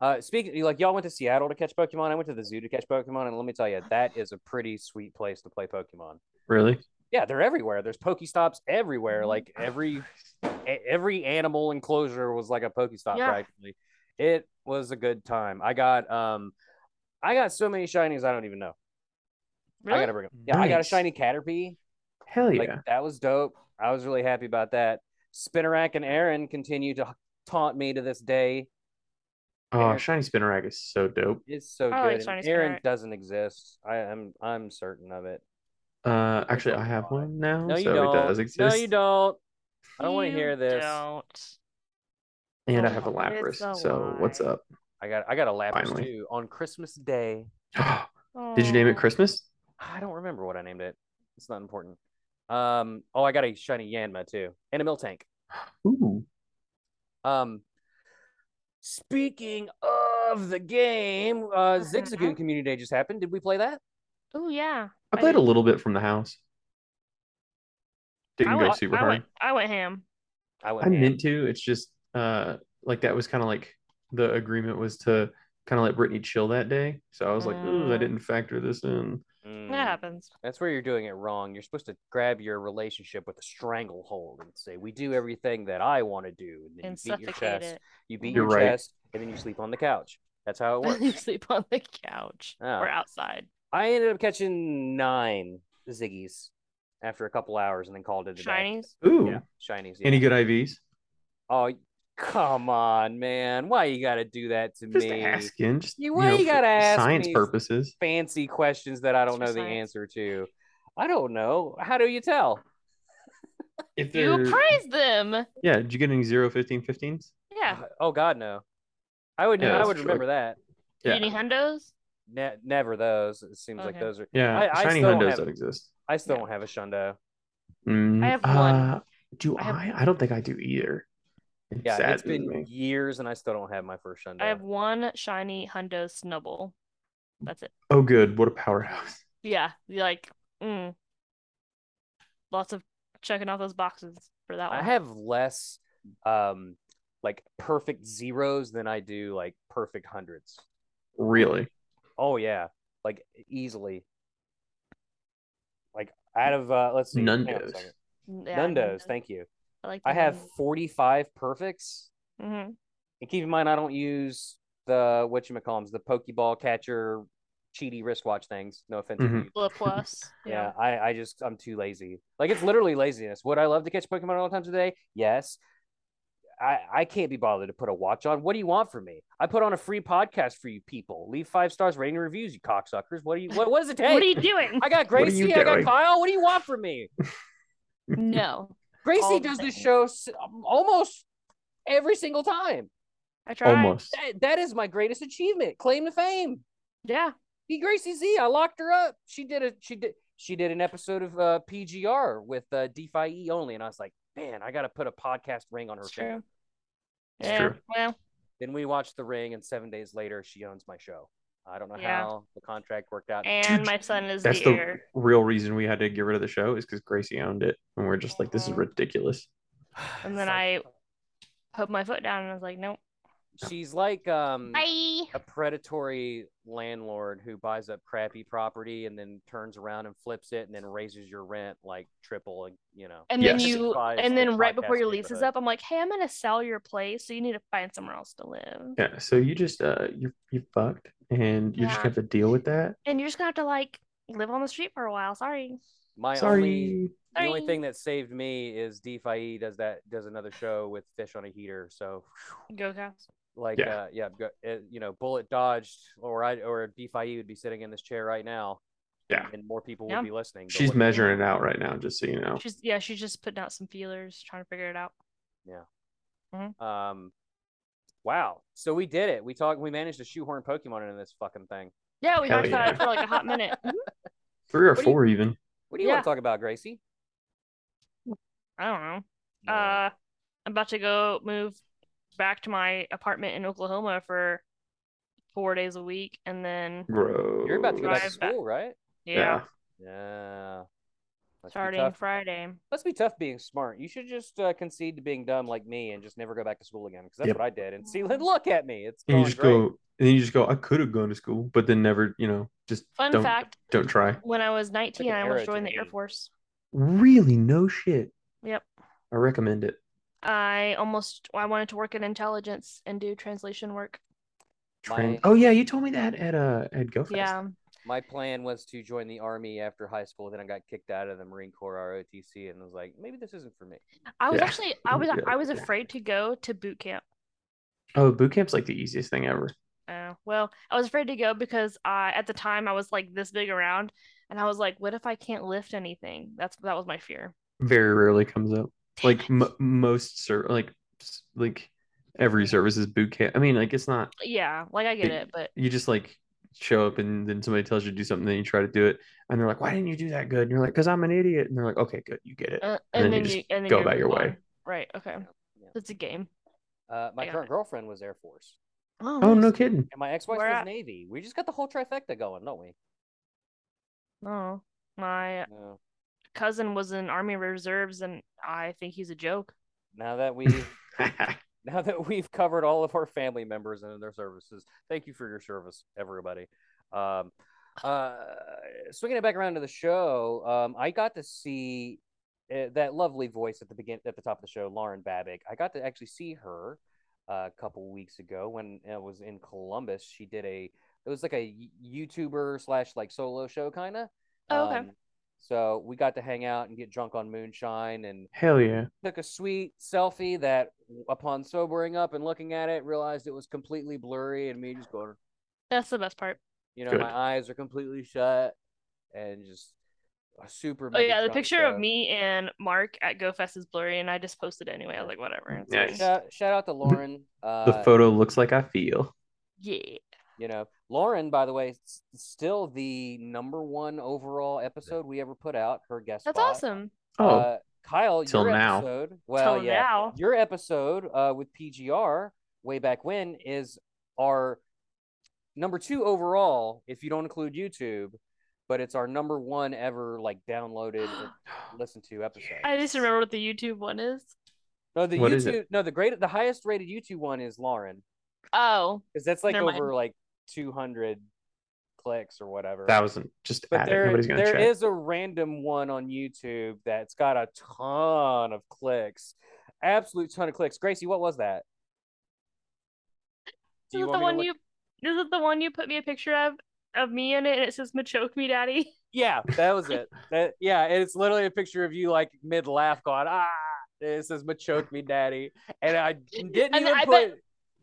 Speaker 1: Uh, speaking like y'all went to Seattle to catch Pokemon, I went to the zoo to catch Pokemon, and let me tell you, that is a pretty sweet place to play Pokemon.
Speaker 3: Really?
Speaker 1: Yeah, they're everywhere. There's Pokestops
Speaker 2: Mm-hmm.
Speaker 1: everywhere. Like every e- every animal enclosure was like a Pokestop
Speaker 2: Yeah.
Speaker 1: practically. It was a good time. I got um, I got so many shinies I don't even know. I
Speaker 2: Really?
Speaker 1: gotta bring 'em. Yeah, I got a
Speaker 3: Nice.
Speaker 1: shiny Caterpie.
Speaker 3: Hell yeah!
Speaker 1: Like that was dope. I was really happy about that. Spinnerack and Aaron continue to taunt me to this day.
Speaker 3: oh, shiny spinner rack is so dope.
Speaker 1: It's so
Speaker 2: I like
Speaker 1: good.
Speaker 2: shiny
Speaker 1: and Aaron
Speaker 2: Spinnerack.
Speaker 1: doesn't exist. I am I'm certain of it.
Speaker 3: Uh, actually,
Speaker 1: a
Speaker 3: I have
Speaker 1: lot.
Speaker 3: one now,
Speaker 1: No, you
Speaker 3: so
Speaker 1: don't.
Speaker 3: it does exist.
Speaker 1: No, you don't. I don't want to
Speaker 2: You
Speaker 1: hear this.
Speaker 2: Don't.
Speaker 3: And I have a
Speaker 2: It's
Speaker 3: Lapras.
Speaker 2: a
Speaker 3: so what's
Speaker 2: lie.
Speaker 3: up?
Speaker 1: I got I got a Lapras
Speaker 3: Finally.
Speaker 1: too on Christmas Day.
Speaker 3: Did you name
Speaker 2: Oh.
Speaker 3: it Christmas?
Speaker 1: I don't remember what I named it. It's not important. Um. Oh, I got a shiny Yanma too, and a Miltank.
Speaker 3: Ooh,
Speaker 1: Um, speaking of the game, uh,
Speaker 2: Mm-hmm,
Speaker 1: Zigzagoon Community Day just happened. Did we play that?
Speaker 2: Oh yeah.
Speaker 3: I played a little bit from the house.
Speaker 2: I
Speaker 3: Didn't go
Speaker 2: went,
Speaker 3: super
Speaker 2: I
Speaker 3: hard.
Speaker 2: Went, I went ham.
Speaker 1: went
Speaker 3: I
Speaker 1: ham.
Speaker 3: meant to. It's just uh like that was kind of like the agreement was to kind of let Brittany chill that day. So I was like, ooh, I
Speaker 2: Mm.
Speaker 3: didn't factor this in.
Speaker 1: Mm,
Speaker 2: That happens.
Speaker 1: That's where you're doing it wrong. You're supposed to grab your relationship with a stranglehold and say, "We do everything that I want to do," and then
Speaker 2: And
Speaker 1: you beat your
Speaker 2: suffocate
Speaker 1: chest.
Speaker 2: it.
Speaker 1: You beat
Speaker 3: You're
Speaker 1: your
Speaker 3: right.
Speaker 1: chest, and then you sleep on the couch. That's how it
Speaker 2: you
Speaker 1: works.
Speaker 2: sleep on the couch
Speaker 1: Yeah.
Speaker 2: or outside.
Speaker 1: I ended up catching nine Ziggies after a couple hours, and then called it a day.
Speaker 2: Shinies.
Speaker 3: Ooh,
Speaker 1: Yeah, shinies. Yeah.
Speaker 3: any good IVs?
Speaker 1: Oh, come on, man! Why you gotta do that to
Speaker 3: Just
Speaker 1: me?
Speaker 3: asking. Just
Speaker 1: You- why you
Speaker 3: for
Speaker 1: gotta ask
Speaker 3: science
Speaker 1: me?
Speaker 3: purposes.
Speaker 1: fancy questions that I don't know
Speaker 2: It's
Speaker 1: the
Speaker 2: precise.
Speaker 1: answer to. I don't know. How do you tell?
Speaker 3: If
Speaker 2: You praise them.
Speaker 3: yeah, did you get any zero fifteen fifteens?
Speaker 2: Yeah.
Speaker 1: Oh God, no. I would.
Speaker 3: Yeah,
Speaker 1: I
Speaker 3: that's
Speaker 1: would
Speaker 3: true.
Speaker 1: remember that.
Speaker 3: Yeah.
Speaker 2: Any hundos?
Speaker 1: Ne- never those. It seems like
Speaker 2: Okay.
Speaker 1: those are.
Speaker 3: Yeah,
Speaker 1: I- I
Speaker 3: shiny
Speaker 1: still don't
Speaker 3: hundos
Speaker 1: have-
Speaker 3: don't exist.
Speaker 1: I still
Speaker 2: Yeah.
Speaker 1: don't have a shundo.
Speaker 3: Mm,
Speaker 2: I have one.
Speaker 3: uh, Do
Speaker 2: I
Speaker 3: I,
Speaker 2: have-
Speaker 3: I? don't think I do either. It's
Speaker 1: Yeah,
Speaker 3: sad
Speaker 1: it's
Speaker 3: to
Speaker 1: been
Speaker 3: me.
Speaker 1: years, and I still don't have my first shundo.
Speaker 2: I have one shiny hundo snubble. That's it.
Speaker 3: Oh, good. What a powerhouse.
Speaker 2: Yeah. you like, mm. Lots of checking off those boxes for that one.
Speaker 1: I have less, um, like perfect zeros than I do like perfect hundreds.
Speaker 3: Really?
Speaker 1: Oh yeah, like easily. Like out of uh, let's see, hang on a
Speaker 3: Nundos.
Speaker 1: second.
Speaker 2: yeah,
Speaker 1: Nundos. Thank you.
Speaker 2: I like.
Speaker 1: I have 45 perfects.
Speaker 2: hmm
Speaker 1: And keep in mind, I don't use the whatchamacallums, the Pokeball catcher, cheaty wristwatch things. No offense. to
Speaker 3: Mhm.
Speaker 1: you.
Speaker 2: plus.
Speaker 1: Yeah, I, I just, I'm too lazy. Like, it's literally laziness. Would I love to catch Pokemon all the time today? Yes. I, I can't be bothered to put a watch on. What do you want from me? I put on a free podcast for you people. Leave five stars rating and reviews, you cocksuckers. What do you what, what does it take?
Speaker 2: What are you doing?
Speaker 1: I got
Speaker 3: What are you
Speaker 1: Gracie, I got
Speaker 3: doing?
Speaker 1: Kyle. What do you want from me?
Speaker 2: no.
Speaker 1: Gracie
Speaker 2: All
Speaker 1: does this
Speaker 2: things.
Speaker 1: show s- almost every single time.
Speaker 2: I tried.
Speaker 3: Almost.
Speaker 1: That, that is my greatest achievement, claim to fame.
Speaker 2: Yeah.
Speaker 1: Be Gracie Z. I locked her up. She did a she did she did an episode of uh, PGR with uh, DeFi E only, and I was like, man, I got to put a podcast ring on her
Speaker 2: It's
Speaker 1: finger.
Speaker 2: true.
Speaker 3: It's
Speaker 2: yeah.
Speaker 3: true.
Speaker 2: Well,
Speaker 1: Then we watched The Ring, and seven days later, she owns my show. I don't know
Speaker 2: Yeah.
Speaker 1: how the contract worked out.
Speaker 2: and my son is
Speaker 3: That's
Speaker 2: the
Speaker 3: the
Speaker 2: heir.
Speaker 3: real reason we had to get rid of the show is because Gracie owned it, and we're just like, this is
Speaker 2: Mhm.
Speaker 3: ridiculous.
Speaker 1: It's
Speaker 2: and then
Speaker 1: like,
Speaker 2: I- Put my foot down and I was like, nope.
Speaker 1: She's like um
Speaker 2: Bye.
Speaker 1: a predatory landlord who buys up crappy property and then turns around and flips it and then raises your rent like triple and you know
Speaker 2: And
Speaker 3: Yes.
Speaker 2: then you,
Speaker 1: Justifies
Speaker 2: and
Speaker 1: the
Speaker 2: then right before
Speaker 1: podcast
Speaker 2: your lease is
Speaker 1: neighborhood.
Speaker 2: up, I'm like, hey, I'm gonna sell your place, so you need to find somewhere else to live.
Speaker 3: Yeah, so you just uh you you fucked and you just
Speaker 2: Yeah.
Speaker 3: have to deal with that.
Speaker 2: And you're just gonna have to like live on the street for a while. Sorry.
Speaker 1: my only
Speaker 3: Sorry.
Speaker 1: the only
Speaker 2: Sorry.
Speaker 1: thing that saved me is DeFi E does that does another show with fish on a heater so
Speaker 2: Go cast.
Speaker 1: like
Speaker 3: Yeah.
Speaker 1: uh yeah go- uh, you know bullet dodged or I or DeFi would be sitting in this chair right now
Speaker 3: Yeah.
Speaker 1: and more people would
Speaker 2: Yeah.
Speaker 1: be listening but
Speaker 3: She's
Speaker 1: what-
Speaker 3: measuring it out right now, just so you know.
Speaker 2: She's yeah, she's just putting out some feelers, trying to figure it out.
Speaker 1: um wow so we did it we talked we managed to shoehorn Pokemon into this fucking thing
Speaker 2: Yeah, we
Speaker 3: Hell
Speaker 2: talked about it for like a hot minute.
Speaker 3: Three or
Speaker 1: What do you-
Speaker 3: four even.
Speaker 1: what do you
Speaker 2: Yeah.
Speaker 1: want to talk about Gracie
Speaker 2: I don't know.
Speaker 1: No.
Speaker 2: Uh, I'm about to go move back to my apartment in Oklahoma for four days a week, and then
Speaker 3: Gross.
Speaker 1: You're about to go back to
Speaker 2: Drive back.
Speaker 1: school, right?
Speaker 2: yeah,
Speaker 3: Yeah.
Speaker 1: Yeah. Must be
Speaker 2: starting
Speaker 1: tough.
Speaker 2: Friday.
Speaker 1: Must be tough being smart. You should just uh, concede to being dumb like me and just never go back to school again because that's
Speaker 3: Yep.
Speaker 1: what I did. And see, look at me. It's
Speaker 3: And you
Speaker 1: going
Speaker 3: just
Speaker 1: great.
Speaker 3: go and then you just go, I could have gone to school, but then never, you know, just
Speaker 2: Fun
Speaker 3: don't
Speaker 2: fact:
Speaker 3: don't try.
Speaker 2: when I was 19,
Speaker 1: an
Speaker 2: I
Speaker 1: arrow
Speaker 2: almost
Speaker 1: to
Speaker 2: joined
Speaker 1: the
Speaker 2: the Air
Speaker 1: knee.
Speaker 2: Force.
Speaker 3: Really no shit.
Speaker 2: Yep,
Speaker 3: I recommend it.
Speaker 2: I almost I wanted to work in intelligence and do translation work.
Speaker 3: Train.
Speaker 1: My-
Speaker 3: Oh yeah, you told me that at uh at GoFest.
Speaker 2: Yeah,
Speaker 1: My plan was to join the army after high school. Then I got kicked out of the Marine Corps ROTC and was like, maybe this isn't for me.
Speaker 2: I was
Speaker 3: Yeah.
Speaker 2: actually I was
Speaker 3: Yeah,
Speaker 2: I was
Speaker 3: yeah.
Speaker 2: afraid to go to boot camp.
Speaker 3: Oh, boot camp's like the easiest thing ever.
Speaker 2: Oh, well, I was afraid to go because I at the time I was like this big around and I was like, what if I can't lift anything? That's that was my fear.
Speaker 3: Very rarely comes up.
Speaker 2: Damn
Speaker 3: Like
Speaker 2: it.
Speaker 3: m- most ser- like s- like every service is boot camp. I mean, like it's not
Speaker 2: yeah, like I get
Speaker 3: it-
Speaker 2: it, but
Speaker 3: you just like show up and then somebody tells you to do something then you try to do it and they're like why didn't you do that good and you're like because i'm an idiot and they're like okay good you get it
Speaker 2: uh,
Speaker 3: and then you just
Speaker 2: and then
Speaker 3: go
Speaker 2: you
Speaker 3: about your
Speaker 2: move
Speaker 3: way.
Speaker 2: on. Right, okay.
Speaker 1: Yeah.
Speaker 2: It's a game.
Speaker 1: Uh, my
Speaker 2: Yeah.
Speaker 1: current girlfriend was Air Force,
Speaker 2: Oh,
Speaker 3: oh no
Speaker 2: nice.
Speaker 3: kidding
Speaker 1: and my ex-wife
Speaker 2: Where
Speaker 1: was
Speaker 2: at?
Speaker 1: Navy. We just got the whole trifecta going, don't we?
Speaker 2: Oh, my
Speaker 1: No.
Speaker 2: cousin was in Army Reserves and I think he's a joke.
Speaker 1: Now that we've now that we've covered all of our family members and their services, thank you for your service, everybody. Um, uh, swinging it back around to the show, um, I got to see uh, that lovely voice at the begin at the top of the show, Lauren Babick. I got to actually see her uh, a couple weeks ago when I was in Columbus. She did a it was like a YouTuber slash like solo show kind of.
Speaker 2: Oh, okay.
Speaker 1: so we got to hang out and get drunk on moonshine and
Speaker 3: hell yeah
Speaker 1: took a sweet selfie that upon sobering up and looking at it realized it was completely blurry and me just going
Speaker 2: That's the best part.
Speaker 1: you know
Speaker 3: Good.
Speaker 1: my eyes are completely shut and just a super
Speaker 2: Oh
Speaker 1: mega
Speaker 2: yeah, the
Speaker 1: drunk
Speaker 2: picture
Speaker 1: show.
Speaker 2: of me and Mark at GoFest is blurry and I just posted it anyway. I was like, whatever. it's
Speaker 3: Nice.
Speaker 2: fine.
Speaker 1: shout, shout out to lauren uh
Speaker 3: the photo looks like i feel
Speaker 2: Yeah.
Speaker 1: you know lauren by the way s- still the number one overall episode we ever put out her guest
Speaker 2: That's
Speaker 1: spot.
Speaker 2: awesome.
Speaker 3: oh
Speaker 1: uh, kyle
Speaker 3: Till
Speaker 1: your
Speaker 3: now.
Speaker 1: episode well
Speaker 2: Till
Speaker 1: yeah
Speaker 2: now.
Speaker 1: your episode uh, with PGR way back when is our number two overall, if you don't include YouTube, but it's our number one ever like downloaded and
Speaker 3: Oh,
Speaker 1: listened to episode.
Speaker 2: I just remember what the YouTube one is.
Speaker 1: No, the
Speaker 3: What is
Speaker 1: YouTube,
Speaker 3: it?
Speaker 1: no, the great, the highest rated YouTube one is Lauren
Speaker 2: Oh,
Speaker 1: because that's like
Speaker 2: Never mind.
Speaker 1: over like two hundred clicks or whatever.
Speaker 3: thousand just
Speaker 1: but
Speaker 3: add
Speaker 1: there,
Speaker 3: it nobody's gonna
Speaker 1: there
Speaker 3: check
Speaker 1: is a random one on YouTube that's got a ton of clicks, absolute ton of clicks. Gracie, what was that?
Speaker 2: is it the
Speaker 1: want me to
Speaker 2: one
Speaker 1: look-
Speaker 2: you? Is it the one you put me a picture of of me in it, and it says "Machoke me, Daddy"?
Speaker 1: Yeah, that was it. That yeah, and it's literally a picture of you like mid laugh going ah. It says "Machoke me, daddy," and I didn't
Speaker 2: And
Speaker 1: even
Speaker 2: I
Speaker 1: put.
Speaker 2: bet-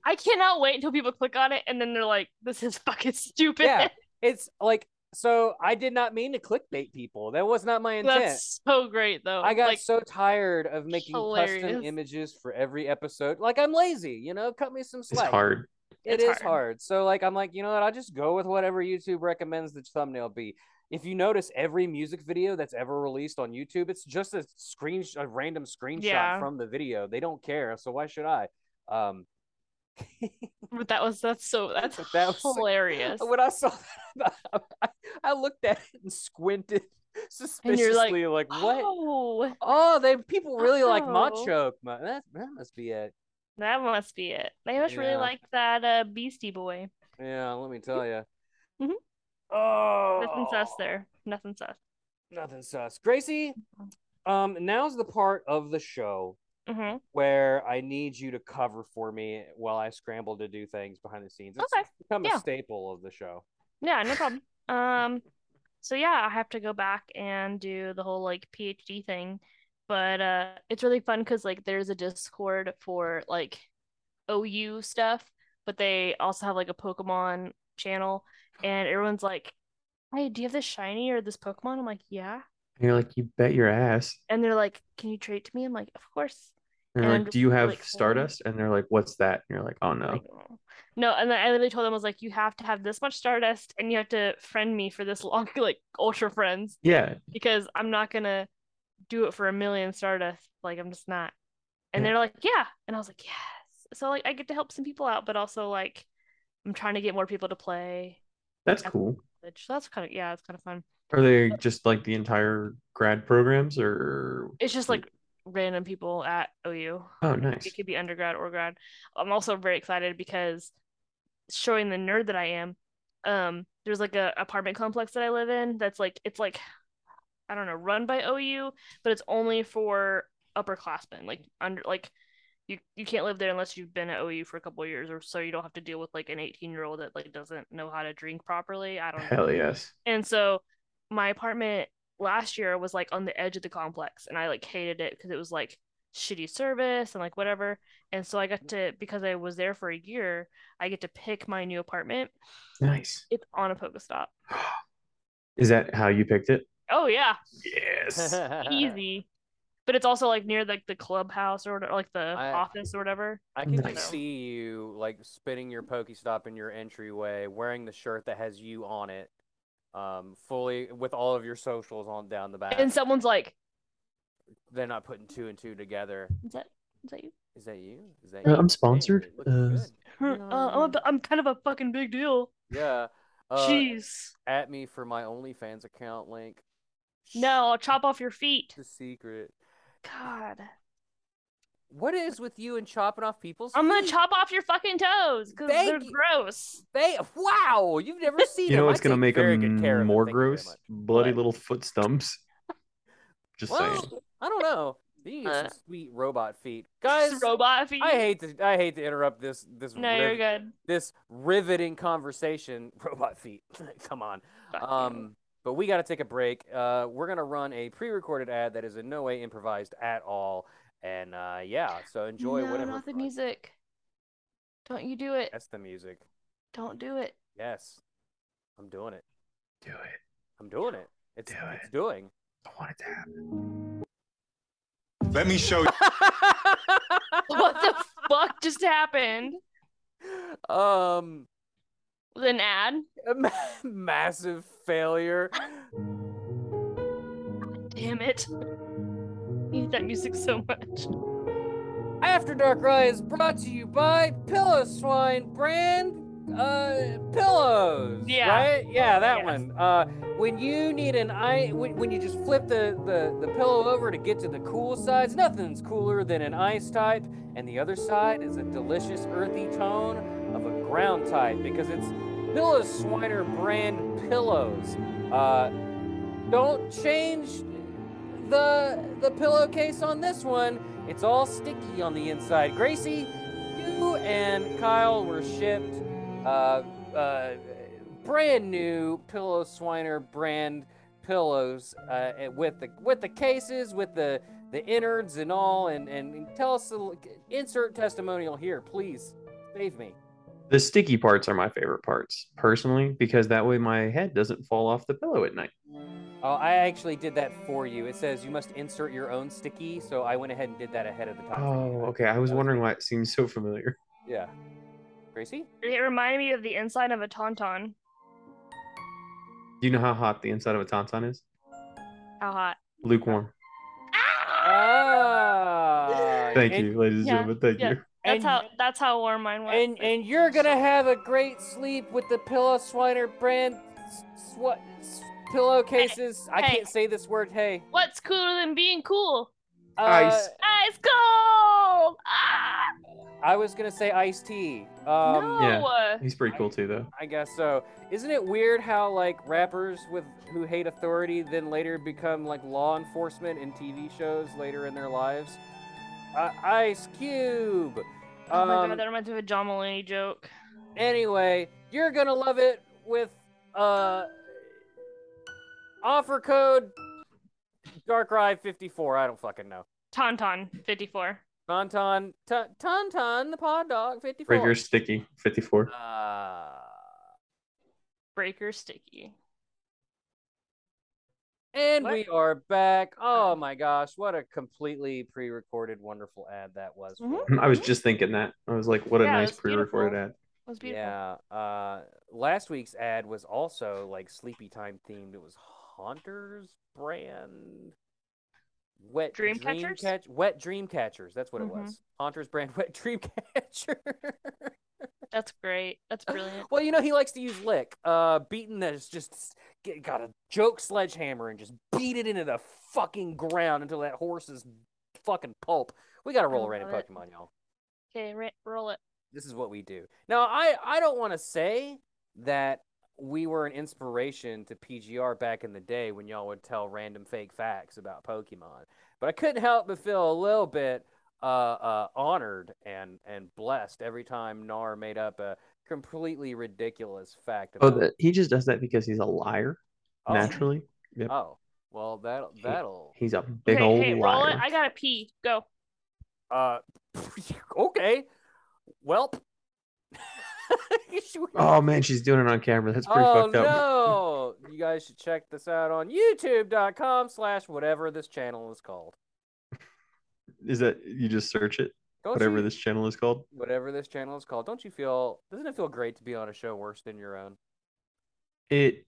Speaker 2: I cannot wait until people click on it, and then they're like, "This is fucking stupid."
Speaker 1: Yeah, It's like so. I did not mean to clickbait people. That was not my intent.
Speaker 2: That's so great, though.
Speaker 1: I got
Speaker 2: like,
Speaker 1: so tired of making custom
Speaker 2: hilarious.
Speaker 1: images for every episode. Like I'm lazy, you know. Cut me some
Speaker 3: it's
Speaker 1: slack.
Speaker 3: hard
Speaker 1: It
Speaker 2: It's
Speaker 1: is hard.
Speaker 2: hard.
Speaker 1: So like I'm like, you know what? I'll just go with whatever YouTube recommends the thumbnail be. If you notice every music video that's ever released on YouTube, it's just a screen a random screenshot
Speaker 2: Yeah.
Speaker 1: from the video. They don't care, so why should I? Um
Speaker 2: but that was that's so that's
Speaker 1: That was so-
Speaker 2: hilarious.
Speaker 1: when I saw that I, I, I looked at it and squinted suspiciously like, what?
Speaker 2: Oh,
Speaker 1: Oh, they people really like
Speaker 2: Oh.
Speaker 1: macho. That that must be it.
Speaker 2: That must be it. They must really
Speaker 1: Yeah.
Speaker 2: like that uh Beastie Boy.
Speaker 1: Yeah, let me tell you.
Speaker 2: Mhm.
Speaker 1: Oh,
Speaker 2: Nothing sus there. Nothing sus.
Speaker 1: Nothing sus. Gracie, um, now's the part of the show
Speaker 2: hmm
Speaker 1: where I need you to cover for me while I scramble to do things behind the scenes. It's,
Speaker 2: Okay.
Speaker 1: it's become
Speaker 2: Yeah.
Speaker 1: a staple of the show.
Speaker 2: Yeah, no problem. Um, so yeah, I have to go back and do the whole like PhD thing, but uh, it's really fun because like there's a Discord for like OU stuff, but they also have like a Pokemon channel, and everyone's like, "Hey, do you have this shiny or this Pokemon?" I'm like, "Yeah,"
Speaker 3: And you're like, you bet your ass.
Speaker 2: and they're like, "Can you trade it to me?" I'm like, "Of course."
Speaker 3: And you're
Speaker 2: And
Speaker 3: like, do you have
Speaker 2: like, um,
Speaker 3: Stardust? And they're like, what's that? And you're like, oh no.
Speaker 2: Like, "Oh." no, and then I literally told them I was like, "You have to have this much Stardust, and you have to friend me for this long, like Ultra Friends."
Speaker 3: Yeah.
Speaker 2: because I'm not gonna do it for a million Stardust. Like I'm just not. And
Speaker 3: Yeah.
Speaker 2: they're like, yeah. And I was like, yes. So like I get to help some people out, but also like I'm trying to get more people to play.
Speaker 3: That's
Speaker 2: Yeah.
Speaker 3: cool.
Speaker 2: Which that's kind of yeah, it's kind of fun.
Speaker 3: Are they just like the entire grad programs or
Speaker 2: It's just
Speaker 3: Cool.
Speaker 2: like random people at OU.
Speaker 3: oh nice.
Speaker 2: It could be undergrad or grad. I'm also very excited because showing the nerd that I am, um, there's like a apartment complex that I live in that's like it's like I don't know, run by OU, but it's only for upperclassmen. Like under like you you can't live there unless you've been at OU for a couple years or so you don't have to deal with like an 18 year old that like doesn't know how to drink properly. I don't know.
Speaker 3: Hell yes.
Speaker 2: And so my apartment last year was like on the edge of the complex and I like hated it because it was like shitty service and like whatever. And so I got to because I was there for a year, I get to pick my new apartment.
Speaker 3: Nice.
Speaker 2: It's on a Pokestop.
Speaker 3: Is that how you picked it?
Speaker 2: Oh yeah,
Speaker 3: Yes.
Speaker 2: easy. But it's also like near like the clubhouse or whatever, like the
Speaker 1: I-
Speaker 2: office or whatever.
Speaker 1: I can
Speaker 3: Nice.
Speaker 1: see you like spinning your Pokestop in your entryway, wearing the shirt that has you on it, um, fully with all of your socials on down the back.
Speaker 2: And someone's like,
Speaker 1: They're not putting two and two together.
Speaker 2: "Is that is that you?"
Speaker 1: Is that you? Is that
Speaker 3: Uh,
Speaker 1: you?
Speaker 3: I'm sponsored.
Speaker 1: Hey, it looks
Speaker 3: Uh,
Speaker 1: good.
Speaker 2: Uh, I'm, a, I'm kind of a fucking big deal.
Speaker 1: Yeah. Uh,
Speaker 2: Jeez.
Speaker 1: At me for my OnlyFans account link.
Speaker 2: No, I'll chop off your feet.
Speaker 1: It's a secret.
Speaker 2: God.
Speaker 1: What is with you and chopping off people's?
Speaker 2: I'm gonna
Speaker 1: feet?
Speaker 2: chop off your fucking toes because
Speaker 1: Thank
Speaker 2: they're
Speaker 1: you.
Speaker 2: gross.
Speaker 1: They wow, you've never seen.
Speaker 3: You know
Speaker 1: them. I
Speaker 3: what's gonna
Speaker 1: take
Speaker 3: make
Speaker 1: very
Speaker 3: them
Speaker 1: good care of them.
Speaker 3: more
Speaker 1: Thank you very
Speaker 3: gross?
Speaker 1: much.
Speaker 3: Bloody
Speaker 1: What?
Speaker 3: little foot stumps. Just saying.
Speaker 1: Well, I don't know. These are
Speaker 2: Uh.
Speaker 1: some sweet robot feet, guys.
Speaker 2: Just robot feet.
Speaker 1: I hate to I hate to interrupt this this
Speaker 2: No, you're
Speaker 1: riv-
Speaker 2: good.
Speaker 1: this riveting conversation. Robot feet, come on.
Speaker 2: Fuck you.
Speaker 1: Um, but we got to take a break. Uh, we're gonna run a pre-recorded ad that is in no way improvised at all, and uh, yeah, so enjoy
Speaker 2: no,
Speaker 1: whatever.
Speaker 2: not the
Speaker 1: fun-
Speaker 2: music. Don't you do it?
Speaker 1: That's the music.
Speaker 2: Don't do it.
Speaker 1: Yes, I'm doing it.
Speaker 3: Do it.
Speaker 1: I'm doing it. It's
Speaker 3: Do
Speaker 1: it's doing.
Speaker 3: I want it to happen.
Speaker 4: Let me show
Speaker 2: What the fuck just happened?
Speaker 1: the? um.
Speaker 2: With an ad?
Speaker 1: a ma- massive failure.
Speaker 2: Damn it. I hate that music so much.
Speaker 1: After Dark Rye is brought to you by Pillow Swine brand uh pillows
Speaker 2: Yeah.
Speaker 1: right yeah that
Speaker 2: Yes.
Speaker 1: one uh when you need an i when, when you just flip the, the the pillow over to get to the cool sides nothing's cooler than an ice type and the other side is a delicious earthy tone of a ground type because it's pillow swiner brand pillows uh don't change the the pillowcase on this one. It's all sticky on the inside. Gracie, you and Kyle were shipped uh, uh, brand new Pillow Swiner brand pillows uh, and with the with the cases, with the the innards and all. And and, and tell us, a, insert testimonial here, please. Save me.
Speaker 3: The sticky parts are my favorite parts, personally, because that way my head doesn't fall off the pillow at night.
Speaker 1: Oh, I actually did that for you. It says you must insert your own sticky, so I went ahead and did that ahead of the time. for you.
Speaker 3: Oh, okay. I was
Speaker 1: That
Speaker 3: wondering why it seems so familiar.
Speaker 1: Yeah. Gracie?
Speaker 2: It reminded me of the inside of a tauntaun.
Speaker 3: Do you know how hot the inside of a tauntaun is?
Speaker 2: How hot.
Speaker 3: Lukewarm.
Speaker 1: Ah,
Speaker 3: Thank
Speaker 1: and,
Speaker 3: you, ladies
Speaker 2: yeah,
Speaker 3: and gentlemen. Thank
Speaker 2: yeah.
Speaker 3: you.
Speaker 2: That's
Speaker 1: And-
Speaker 2: how that's how warm mine was.
Speaker 1: And and you're gonna have a great sleep with the Pillow Swiner brand sw- s- pillowcases. I
Speaker 2: hey.
Speaker 1: can't say this word. Hey,
Speaker 2: What's cooler than being cool?
Speaker 1: uh,
Speaker 3: Ice.
Speaker 2: Ice cold! Ah!
Speaker 1: I was gonna say Ice T. Um,
Speaker 2: no.
Speaker 3: yeah.
Speaker 2: uh,
Speaker 3: He's pretty cool too, though.
Speaker 1: I guess so. Isn't it weird how like rappers with who hate authority then later become like law enforcement in TV shows later in their lives? Uh, Ice Cube.
Speaker 2: Oh my
Speaker 1: Um,
Speaker 2: god, that reminds me of a John Mulaney joke.
Speaker 1: Anyway, you're gonna love it with uh offer code Darkrai54. I don't fucking know.
Speaker 2: Tauntaun, 54.
Speaker 1: Tauntaun, Ta- Tauntaun, the pod dog, 54.
Speaker 3: Breaker Sticky 54.
Speaker 1: Uh,
Speaker 2: Breaker sticky.
Speaker 1: and
Speaker 2: What?
Speaker 1: we are back. Oh my gosh, what a completely pre-recorded wonderful ad that was. for
Speaker 2: Mhm.
Speaker 1: us.
Speaker 3: I was just thinking that. I was like, what a
Speaker 2: Yeah,
Speaker 3: nice
Speaker 2: that's
Speaker 3: pre recorded
Speaker 2: beautiful.
Speaker 3: ad.
Speaker 2: That was beautiful.
Speaker 1: Yeah. Uh, last week's ad was also like sleepy time themed. It was Haunter's brand. Wet
Speaker 2: Dream
Speaker 1: dream
Speaker 2: catchers?
Speaker 1: catch- wet dream catchers. That's what it
Speaker 2: Mhm.
Speaker 1: was. Haunter's brand wet dream catcher.
Speaker 2: That's great. That's brilliant.
Speaker 1: well, you know he likes to use lick. Uh, beating that is just get, got a joke sledgehammer and just beat it into the fucking ground until that horse is fucking pulp. We gotta roll
Speaker 2: I
Speaker 1: around in
Speaker 2: love it.
Speaker 1: Pokemon, y'all.
Speaker 2: Okay, ri- roll it.
Speaker 1: this is what we do. Now, I I don't want to say that we were an inspiration to PGR back in the day when y'all would tell random fake facts about Pokemon, but I couldn't help but feel a little bit uh, uh, honored and and blessed every time Nar made up a completely ridiculous fact.
Speaker 3: Oh,
Speaker 1: About
Speaker 3: the, he just does that because he's a liar,
Speaker 1: oh,
Speaker 3: naturally. Yep.
Speaker 1: Oh, well that will
Speaker 3: He-
Speaker 1: that'll
Speaker 3: He's a big
Speaker 2: okay,
Speaker 3: old
Speaker 2: hey, roll it.
Speaker 3: liar.
Speaker 2: I gotta pee. Go.
Speaker 1: uh okay. Welp. Sure.
Speaker 3: Oh, man, she's doing it on camera. That's pretty
Speaker 1: oh
Speaker 3: fucked up.
Speaker 1: no! you guys should check this out on youtube.com slash whatever this channel is called.
Speaker 3: Is that you just search it,
Speaker 1: Don't
Speaker 3: whatever
Speaker 1: you-
Speaker 3: this channel is called?
Speaker 1: whatever this channel is called. Don't you feel doesn't it feel great to be on a show worse than your own?
Speaker 3: It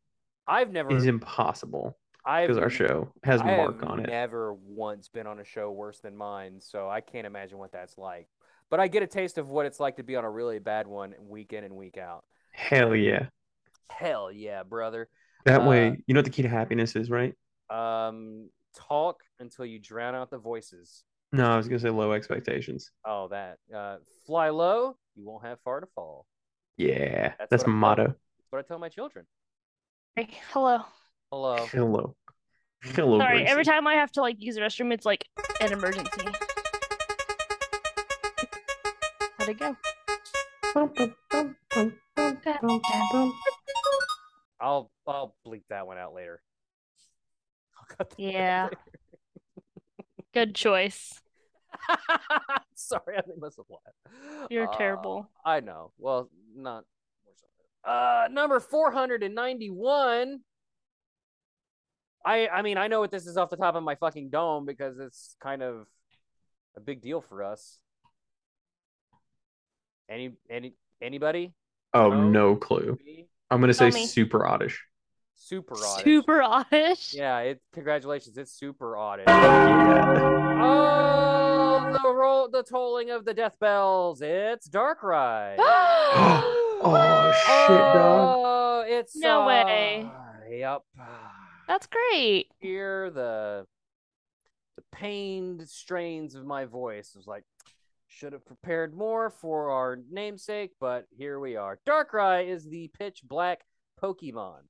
Speaker 1: I've never
Speaker 3: is impossible
Speaker 1: I've
Speaker 3: because our show has
Speaker 1: I have
Speaker 3: Mark on it.
Speaker 1: never once been on a show worse than mine, so I can't imagine what that's like. But I get a taste of what it's like to be on a really bad one week in and week out.
Speaker 3: Hell yeah.
Speaker 1: Hell yeah, brother.
Speaker 3: That
Speaker 1: Uh,
Speaker 3: way, you know what the key to happiness is, right?
Speaker 1: Um talk until you drown out the voices.
Speaker 3: No, I was going to say low expectations.
Speaker 1: Oh, that. Uh, fly low, you won't have far to fall.
Speaker 3: Yeah.
Speaker 1: That's
Speaker 3: That's,
Speaker 1: what
Speaker 3: my
Speaker 1: I'm
Speaker 3: motto.
Speaker 1: That's what I tell my children.
Speaker 2: Hey, hello.
Speaker 1: Hello.
Speaker 3: Hello. Hello.
Speaker 2: Sorry, every
Speaker 3: Gracie.
Speaker 2: time I have to like use the restroom, it's like an emergency. How'd it go?
Speaker 1: I'll I'll bleep that one out later. I'll cut that out
Speaker 2: Yeah.
Speaker 1: later.
Speaker 2: Good choice.
Speaker 1: Sorry, I think that's a lot.
Speaker 2: You're
Speaker 1: Uh,
Speaker 2: terrible.
Speaker 1: I know. Well, not. Uh, number four hundred and ninety-one. I I mean I know what this is off the top of my fucking dome because it's kind of a big deal for us. Any any anybody?
Speaker 3: Oh,
Speaker 1: No.
Speaker 3: no clue.
Speaker 1: Me?
Speaker 3: I'm going to say
Speaker 2: Tell me.
Speaker 3: super oddish.
Speaker 1: Super audit.
Speaker 2: Super oddish.
Speaker 1: Yeah. It. Congratulations. It's super audit.
Speaker 3: Yeah.
Speaker 1: Oh, the roll, the tolling of the death bells. It's dark ride.
Speaker 3: Oh, shit, dog.
Speaker 1: Oh, it's
Speaker 2: No
Speaker 1: uh,
Speaker 2: way.
Speaker 1: Yep.
Speaker 2: That's great.
Speaker 1: Hear the the pained strains of my voice. It was like should have prepared more for our namesake, but here we are. Darkrai is the pitch black Pokemon.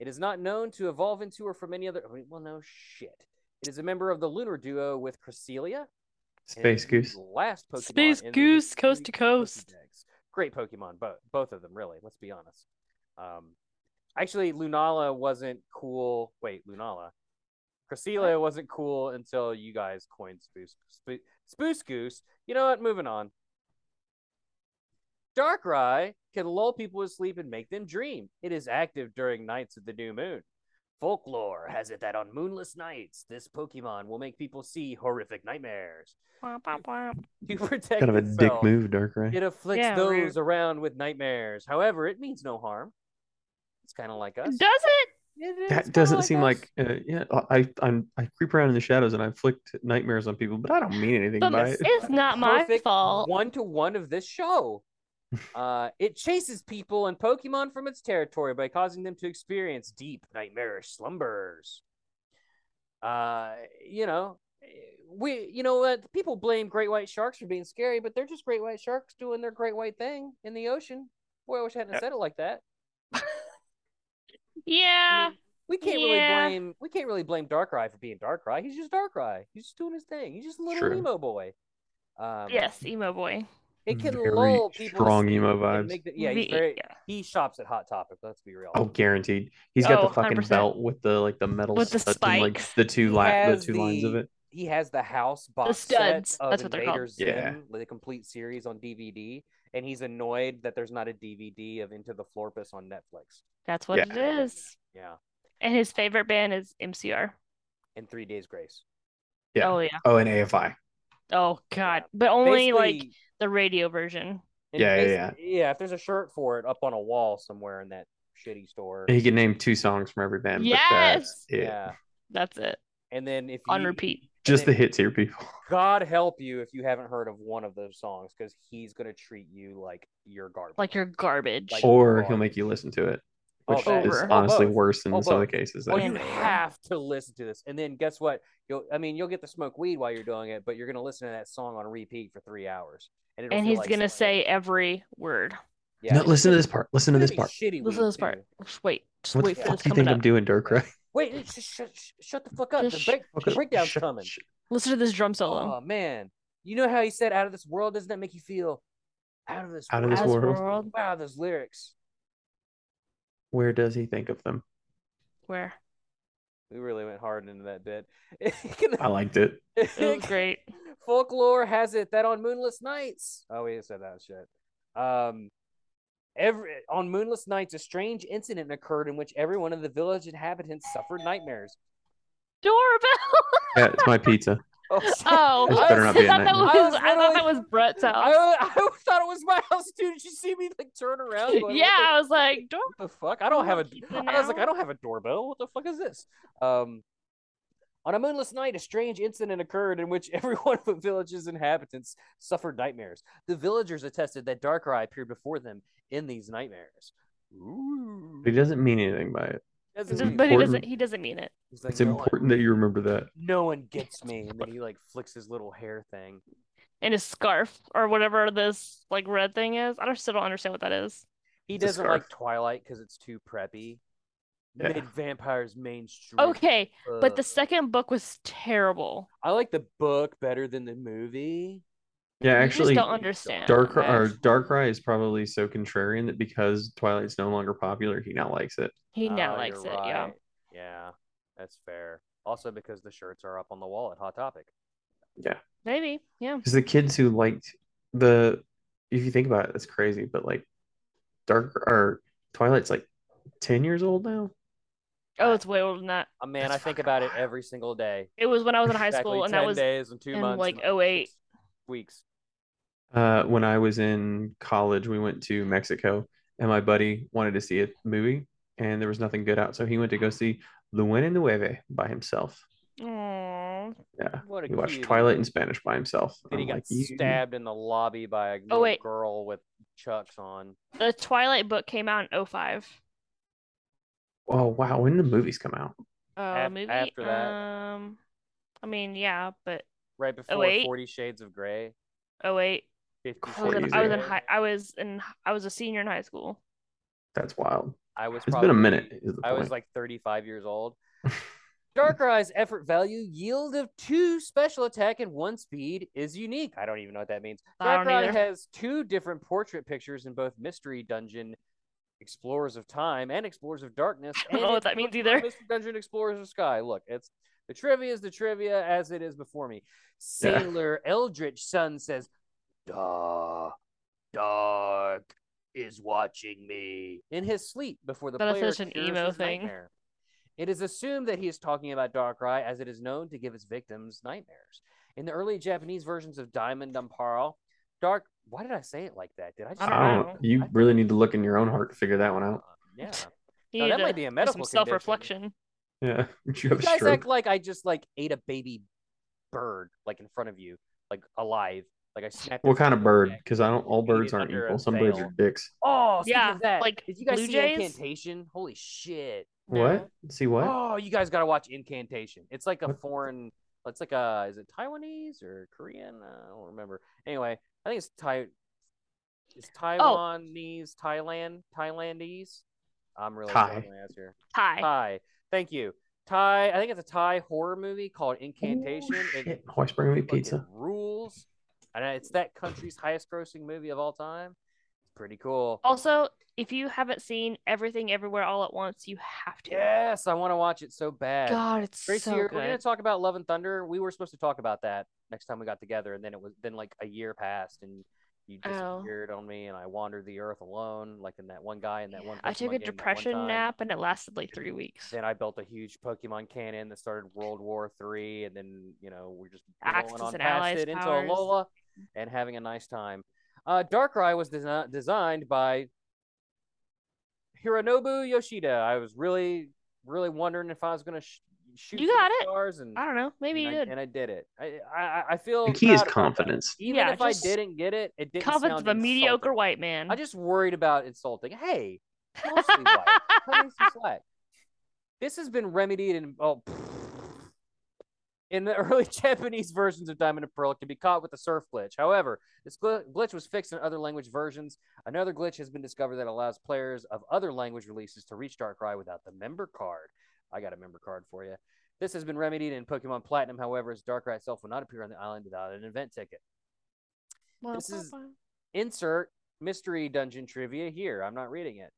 Speaker 1: It is not known to evolve into or from any other. I mean, well, no shit. It is a member of the lunar duo with Cresselia, and it
Speaker 3: Space
Speaker 1: is the
Speaker 3: Goose.
Speaker 1: Last Pokemon.
Speaker 2: Space
Speaker 1: in the
Speaker 2: Goose,
Speaker 1: history
Speaker 2: coast to
Speaker 1: of
Speaker 2: coast.
Speaker 1: Pokédex. Great Pokemon, both both of them, really. Let's be honest. Um, actually, Lunala wasn't cool. Wait, Lunala. Cresselia wasn't cool until you guys coined Spoos Spo- Spoos Goose. You know what? Moving on. Darkrai can lull people to sleep and make them dream. It is active during nights of the new moon. Folklore has it that on moonless nights, this Pokemon will make people see horrific nightmares.
Speaker 2: Womp, womp, womp.
Speaker 1: To protect
Speaker 3: Kind of a dick
Speaker 1: itself,
Speaker 3: move, Dark Ray.
Speaker 1: it afflicts
Speaker 2: Yeah,
Speaker 1: those
Speaker 2: we're-
Speaker 1: around with nightmares. However, it means no harm. It's kind of like us.
Speaker 2: Does it?
Speaker 1: It is
Speaker 3: That
Speaker 1: kinda
Speaker 3: doesn't seem
Speaker 1: us.
Speaker 3: like uh, yeah. I I'm, I creep around in the shadows and I inflict nightmares on people, but I don't mean anything
Speaker 2: But
Speaker 3: by
Speaker 1: Yes.
Speaker 3: it.
Speaker 2: it's not my
Speaker 1: Perfect
Speaker 2: fault.
Speaker 1: One to one of this show. Uh, it chases people and Pokemon from its territory by causing them to experience deep, nightmarish slumbers. Uh, you know, we you know what people blame great white sharks for being scary, but they're just great white sharks doing their great white thing in the ocean. Boy, I wish I hadn't
Speaker 3: Yeah.
Speaker 1: said it like that. I
Speaker 2: Yeah.
Speaker 1: mean, we can't
Speaker 2: Yeah.
Speaker 1: really blame we can't really blame Darkrai for being Darkrai. He's just Darkrai. He's just doing his thing. He's just a little
Speaker 3: True.
Speaker 1: emo boy. Um,
Speaker 2: yes, emo boy.
Speaker 1: it can
Speaker 3: Very
Speaker 1: lull people. to
Speaker 3: strong
Speaker 1: sleep
Speaker 3: emo
Speaker 1: and
Speaker 3: vibes.
Speaker 1: make the- yeah,
Speaker 2: V-
Speaker 1: he's very,
Speaker 2: yeah.
Speaker 1: he shops at Hot Topic. Let's be real.
Speaker 3: Oh, guaranteed. He's got
Speaker 2: Oh,
Speaker 3: the fucking
Speaker 2: 100%.
Speaker 3: belt with the like the metal
Speaker 2: With the
Speaker 3: studs and, like
Speaker 2: spikes.
Speaker 3: the two
Speaker 1: He
Speaker 3: li- the
Speaker 1: has
Speaker 3: two lines of
Speaker 1: the-
Speaker 3: it.
Speaker 1: he has the house box
Speaker 2: studs,
Speaker 1: set of
Speaker 2: that's what they're called.
Speaker 1: Invader Zim,
Speaker 3: Yeah.
Speaker 1: the complete series on DVD, and he's annoyed that there's not a DVD of Into the Florpus on Netflix.
Speaker 2: That's what
Speaker 3: Yeah.
Speaker 2: it is.
Speaker 1: Yeah,
Speaker 2: And his favorite band is MCR.
Speaker 1: and Three Days Grace.
Speaker 3: Yeah.
Speaker 2: Oh yeah.
Speaker 3: Oh, and AFI.
Speaker 2: Oh god. But only like
Speaker 1: Basically-
Speaker 2: the radio version.
Speaker 1: and
Speaker 3: Yeah, yeah,
Speaker 1: basi- yeah. If there's a shirt for it up on a wall somewhere in that shitty store,
Speaker 3: He can name two songs from every band. But that's
Speaker 2: Yes!
Speaker 3: it.
Speaker 1: yeah.
Speaker 2: That's it.
Speaker 1: And then if
Speaker 2: On
Speaker 1: you-
Speaker 2: repeat.
Speaker 3: Just the
Speaker 1: then-
Speaker 3: hits here, people.
Speaker 1: God help you if you haven't heard of one of those songs because he's gonna treat you like your garbage.
Speaker 2: Like your garbage.
Speaker 1: Like-
Speaker 3: Or
Speaker 1: God.
Speaker 3: he'll make you listen to it,
Speaker 1: Oh,
Speaker 3: which
Speaker 2: that-
Speaker 3: is
Speaker 2: Or
Speaker 3: honestly
Speaker 1: both.
Speaker 3: worse in
Speaker 1: Or
Speaker 3: some of the
Speaker 1: both.
Speaker 3: cases.
Speaker 1: Well,
Speaker 2: Yeah.
Speaker 1: you
Speaker 2: Yeah.
Speaker 1: have to listen to this, and then guess what? You'll, I mean, you'll get to smoke weed while you're doing it, but you're gonna listen to that song on repeat for three hours, and, it'll
Speaker 2: and
Speaker 1: feel
Speaker 2: he's
Speaker 1: like
Speaker 2: gonna
Speaker 1: somebody-
Speaker 2: say every word.
Speaker 1: yeah,
Speaker 3: no,
Speaker 1: it's
Speaker 3: listen to
Speaker 1: gonna-
Speaker 3: this part. Listen to
Speaker 1: it's
Speaker 3: this
Speaker 1: gonna
Speaker 3: part.
Speaker 1: be shitty
Speaker 2: Listen
Speaker 1: weed,
Speaker 2: to this part.
Speaker 1: too.
Speaker 2: Just wait. Just
Speaker 3: What the
Speaker 2: wait for
Speaker 3: fuck
Speaker 2: this
Speaker 3: do you
Speaker 2: coming
Speaker 3: think
Speaker 2: up.
Speaker 3: I'm doing, Dirk? Right?
Speaker 1: Wait, sh- sh- sh- shut the fuck up. The
Speaker 2: Just
Speaker 1: break- the breakdown's coming.
Speaker 2: Listen to this drum solo.
Speaker 1: Oh man, you know how he said "out of this world"? Doesn't that make you feel out of this
Speaker 3: Out of this
Speaker 2: As
Speaker 1: world?
Speaker 3: world.
Speaker 1: Wow, those lyrics.
Speaker 3: Where does he think of them?
Speaker 2: Where?
Speaker 1: We really went hard into that bit.
Speaker 3: I liked it.
Speaker 2: Oh, It was great.
Speaker 1: Folklore has it that on moonless nights. Oh, we said that shit. Um, every on moonless nights, a strange incident occurred in which everyone in the village inhabitants suffered nightmares.
Speaker 2: Doorbell.
Speaker 3: Yeah, it's my pizza.
Speaker 1: Oh,
Speaker 2: Oh,
Speaker 1: This
Speaker 2: I
Speaker 1: better
Speaker 3: not be a
Speaker 2: thought that
Speaker 3: nightmare.
Speaker 1: I
Speaker 2: was
Speaker 1: was
Speaker 2: I thought that
Speaker 1: literally-
Speaker 2: was Brett's
Speaker 1: I,
Speaker 2: house.
Speaker 1: I thought it was my house too. Did you see me like turn around? Going,
Speaker 2: Yeah,
Speaker 1: What
Speaker 2: I was like, door.
Speaker 1: the, what the fuck? I don't have a.
Speaker 2: Pizza
Speaker 1: I was like,
Speaker 2: now?
Speaker 1: I don't have a doorbell. What the fuck is this? Um. On a moonless night, a strange incident occurred in which every one of the village's inhabitants suffered nightmares. The villagers attested that Darkrai appeared before them in these nightmares. Ooh.
Speaker 3: It doesn't mean anything by it.
Speaker 1: That's
Speaker 2: It's
Speaker 3: It's
Speaker 1: weird.
Speaker 2: just- but he doesn't
Speaker 3: important.
Speaker 2: he doesn't mean it.
Speaker 1: He's like,
Speaker 3: It's
Speaker 1: "No one-
Speaker 3: important that you remember that.
Speaker 1: No one gets me. And then he like flicks his little hair thing.
Speaker 2: And his scarf or whatever this like red thing is. I don't still don't understand what that is.
Speaker 1: He
Speaker 3: It's a
Speaker 1: doesn't like
Speaker 3: scarf.
Speaker 1: Twilight because it's too preppy.
Speaker 3: Yeah.
Speaker 1: Mid vampires mainstream.
Speaker 2: Okay, but the
Speaker 1: Ugh.
Speaker 2: second book was terrible.
Speaker 1: I like the book better than the movie.
Speaker 3: Yeah,
Speaker 2: You
Speaker 3: actually,
Speaker 2: just don't understand.
Speaker 3: Dark or
Speaker 1: Actually-
Speaker 3: Darkrai is probably so contrarian that because Twilight's no longer popular, he now likes it.
Speaker 2: He now
Speaker 1: Oh,
Speaker 2: likes it.
Speaker 1: you're
Speaker 2: Yeah.
Speaker 1: right. Yeah, that's fair. Also because the shirts are up on the wall at Hot Topic.
Speaker 2: Maybe. Yeah.
Speaker 3: Because the kids who liked the, if you think about it, that's crazy. But like, Dark or Twilight's like ten years old now.
Speaker 2: Oh, it's way older than that.
Speaker 1: Uh, man,
Speaker 3: That's
Speaker 1: I think
Speaker 3: fucking
Speaker 1: about it
Speaker 3: wild.
Speaker 1: every single day.
Speaker 2: It was when I was in high
Speaker 1: Exactly
Speaker 2: school and
Speaker 1: 10
Speaker 2: that was
Speaker 1: days and two
Speaker 2: in,
Speaker 1: months
Speaker 2: like,
Speaker 1: and, like,
Speaker 2: 08.
Speaker 1: six weeks.
Speaker 3: Uh, when I was in college, we went to Mexico, and my buddy wanted to see a movie, and there was nothing good out, so he went to go see The Wind in the Wave by himself.
Speaker 2: Aww.
Speaker 3: Yeah,
Speaker 1: What a
Speaker 3: he watched
Speaker 1: cutie.
Speaker 3: Twilight in Spanish by himself.
Speaker 1: Then he
Speaker 3: I'm
Speaker 1: got
Speaker 3: like, "You-
Speaker 1: stabbed in the lobby by a little
Speaker 2: wait.
Speaker 1: girl with chucks on.
Speaker 2: The Twilight book came out in 05.
Speaker 3: Oh wow, when did the movies come out?
Speaker 2: Uh
Speaker 1: Af-
Speaker 2: movie.
Speaker 1: after that.
Speaker 2: Um I mean, yeah, but
Speaker 1: Right before
Speaker 2: 08?
Speaker 1: Forty Shades of Grey.
Speaker 2: 08
Speaker 1: 50
Speaker 2: I was
Speaker 3: Crazy.
Speaker 2: in, I was in
Speaker 1: Shades of
Speaker 2: high.
Speaker 1: Grey.
Speaker 2: I was in. I was a senior in high school.
Speaker 3: That's wild.
Speaker 1: I was
Speaker 3: It's
Speaker 1: probably
Speaker 3: been a minute. Is the
Speaker 1: I was
Speaker 3: point.
Speaker 1: like 35 years old. Darkrai's effort value yield of two special attack and one speed is unique. I don't even know what that means.
Speaker 2: I don't
Speaker 1: Darkrai
Speaker 2: either.
Speaker 1: has two different portrait pictures in both Mystery Dungeon Explorers of Time and Explorers of Darkness.
Speaker 2: I don't
Speaker 1: and
Speaker 2: know what that means either.
Speaker 1: Mystery Dungeon Explorers of Sky. Look, it's the trivia is the trivia as it is before me. Sailor Eldritch Sun says, "Duh, dark is watching me in his sleep before the
Speaker 2: That is
Speaker 1: player
Speaker 2: such an
Speaker 1: cures
Speaker 2: emo
Speaker 1: his
Speaker 2: thing.
Speaker 1: nightmare." It is assumed that he is talking about Darkrai, as it is known to give his victims nightmares. In the early Japanese versions of Diamond Amparo, Dark. Why did I say it like that? Did I just?
Speaker 2: I
Speaker 3: I
Speaker 2: don't
Speaker 3: don't.
Speaker 2: know.
Speaker 3: You
Speaker 1: I-
Speaker 3: really need to look in your own heart to figure that one out.
Speaker 1: Yeah.
Speaker 2: You
Speaker 1: Now,
Speaker 2: need
Speaker 1: Oh, that
Speaker 2: to
Speaker 1: might be a
Speaker 2: do
Speaker 1: medical
Speaker 2: some self-reflection.
Speaker 3: Yeah, Would you
Speaker 1: You
Speaker 3: have a
Speaker 1: guys
Speaker 3: stroke?
Speaker 1: act like I just like ate a baby bird like in front of you, like alive. Like I snapped.
Speaker 3: What
Speaker 1: its
Speaker 3: kind
Speaker 1: neck.
Speaker 3: of bird? Because I don't. All
Speaker 1: Eat
Speaker 3: birds
Speaker 1: it
Speaker 3: aren't
Speaker 1: under a
Speaker 3: equal. Some birds are
Speaker 1: veil.
Speaker 3: dicks.
Speaker 1: Oh, speaking
Speaker 2: Yeah,
Speaker 1: of that,
Speaker 2: like
Speaker 1: did you guys
Speaker 2: blue
Speaker 1: see
Speaker 2: jays.
Speaker 1: Incantation? Holy shit!
Speaker 2: No.
Speaker 3: What? See what?
Speaker 1: Oh, you guys gotta watch Incantation. It's like a
Speaker 3: What?
Speaker 1: foreign It's like uh is it Taiwanese or Korean? Uh, I don't remember. Anyway, I think it's Thai. It's Taiwanese, Thailand, Thailandese. I'm really
Speaker 3: Thai.
Speaker 1: struggling out here.
Speaker 2: Hi.
Speaker 1: Thai. Thank you. Thai. I think it's a Thai horror movie called Incantation.
Speaker 3: Oh,
Speaker 1: It
Speaker 3: shit. Hoist bringing me
Speaker 1: fucking
Speaker 3: pizza.
Speaker 1: rules, and it's that country's highest-grossing movie of all time. It's pretty cool.
Speaker 2: also, if you haven't seen Everything Everywhere All at Once, you have to.
Speaker 1: Yes, I want to watch it so bad.
Speaker 2: God, it's
Speaker 1: Gracie,
Speaker 2: so
Speaker 1: you're-
Speaker 2: good.
Speaker 1: we're gonna talk about Love and Thunder. We were supposed to talk about that next time we got together, and then it was then like a year passed, and you
Speaker 2: Oh.
Speaker 1: disappeared on me, and I wandered the earth alone, like in that one guy in that
Speaker 2: Yeah,
Speaker 1: one. Pokemon
Speaker 2: I took a
Speaker 1: game that one
Speaker 2: depression
Speaker 1: time.
Speaker 2: nap and it lasted like three weeks.
Speaker 1: Then I built a huge Pokemon cannon that started World War Three, and then you know we're just
Speaker 2: Axis
Speaker 1: rolling on
Speaker 2: and
Speaker 1: past
Speaker 2: allies'
Speaker 1: it into
Speaker 2: powers.
Speaker 1: Alola and having a nice time. Uh, Darkrai was desi- designed by Hironobu Yoshida. I was really, really wondering if I was gonna sh- shoot
Speaker 2: You
Speaker 1: for the
Speaker 2: got it.
Speaker 1: stars and
Speaker 2: I don't know. Maybe you
Speaker 1: and I,
Speaker 2: did.
Speaker 1: and I did it. I I, I- I feel
Speaker 3: The key
Speaker 1: proud
Speaker 3: is
Speaker 1: about that.
Speaker 3: confidence.
Speaker 1: Even
Speaker 2: Yeah,
Speaker 1: if
Speaker 2: just
Speaker 1: I didn't get it, it didn't
Speaker 2: Confidence
Speaker 1: sound
Speaker 2: of a mediocre
Speaker 1: insulting.
Speaker 2: white man.
Speaker 1: I just worried about insulting. Hey, mostly white. Cut me some slack. This has been remedied in oh, in the early Japanese versions of Diamond and Pearl it can be caught with a surf glitch. However, this gl- glitch was fixed in other language versions. Another glitch has been discovered that allows players of other language releases to reach Darkrai without the member card. I got a member card for you. This has been remedied in Pokemon Platinum. However, as Darkrai itself will not appear on the island without an event ticket. this is- Insert mystery dungeon trivia here. I'm not reading it.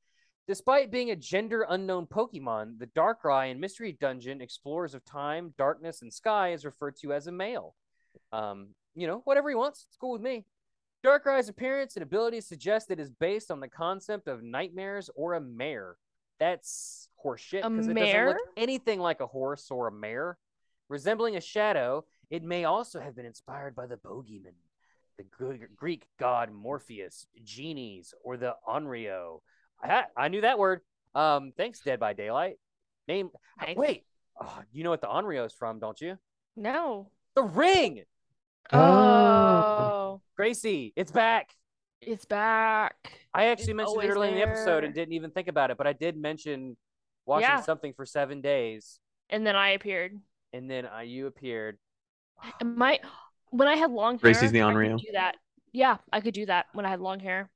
Speaker 1: Despite being a gender unknown Pokemon, the Darkrai in Mystery Dungeon Explorers of Time, Darkness, and Sky is referred to as a male. Um, you know, whatever he wants, it's cool with me. Darkrai's appearance and abilities suggest it is based on the concept of nightmares or a mare. That's horseshit
Speaker 2: A
Speaker 1: because it doesn't
Speaker 2: mare?
Speaker 1: look anything like a horse or a mare. Resembling a shadow, it may also have been inspired by the bogeyman, the Gr- Greek god Morpheus, genies, or the Onryo. I, I knew that word. Um, thanks, Dead by Daylight. Name.
Speaker 2: Nice.
Speaker 1: Wait, oh, you know what the Onryo is from, don't you?
Speaker 2: No.
Speaker 1: The Ring.
Speaker 2: Oh,
Speaker 1: Gracie, it's back.
Speaker 2: it's back.
Speaker 1: I actually mentioned it
Speaker 2: always
Speaker 1: early in the episode and
Speaker 2: there.
Speaker 1: didn't even think about it, but I did mention watching
Speaker 2: Yeah.
Speaker 1: something for seven days,
Speaker 2: And then I appeared.
Speaker 1: and then uh, you appeared.
Speaker 2: And my when I had long hair,
Speaker 3: Gracie's the
Speaker 2: I could
Speaker 3: Onryo.
Speaker 2: do that. Yeah, I could do that when I had long hair.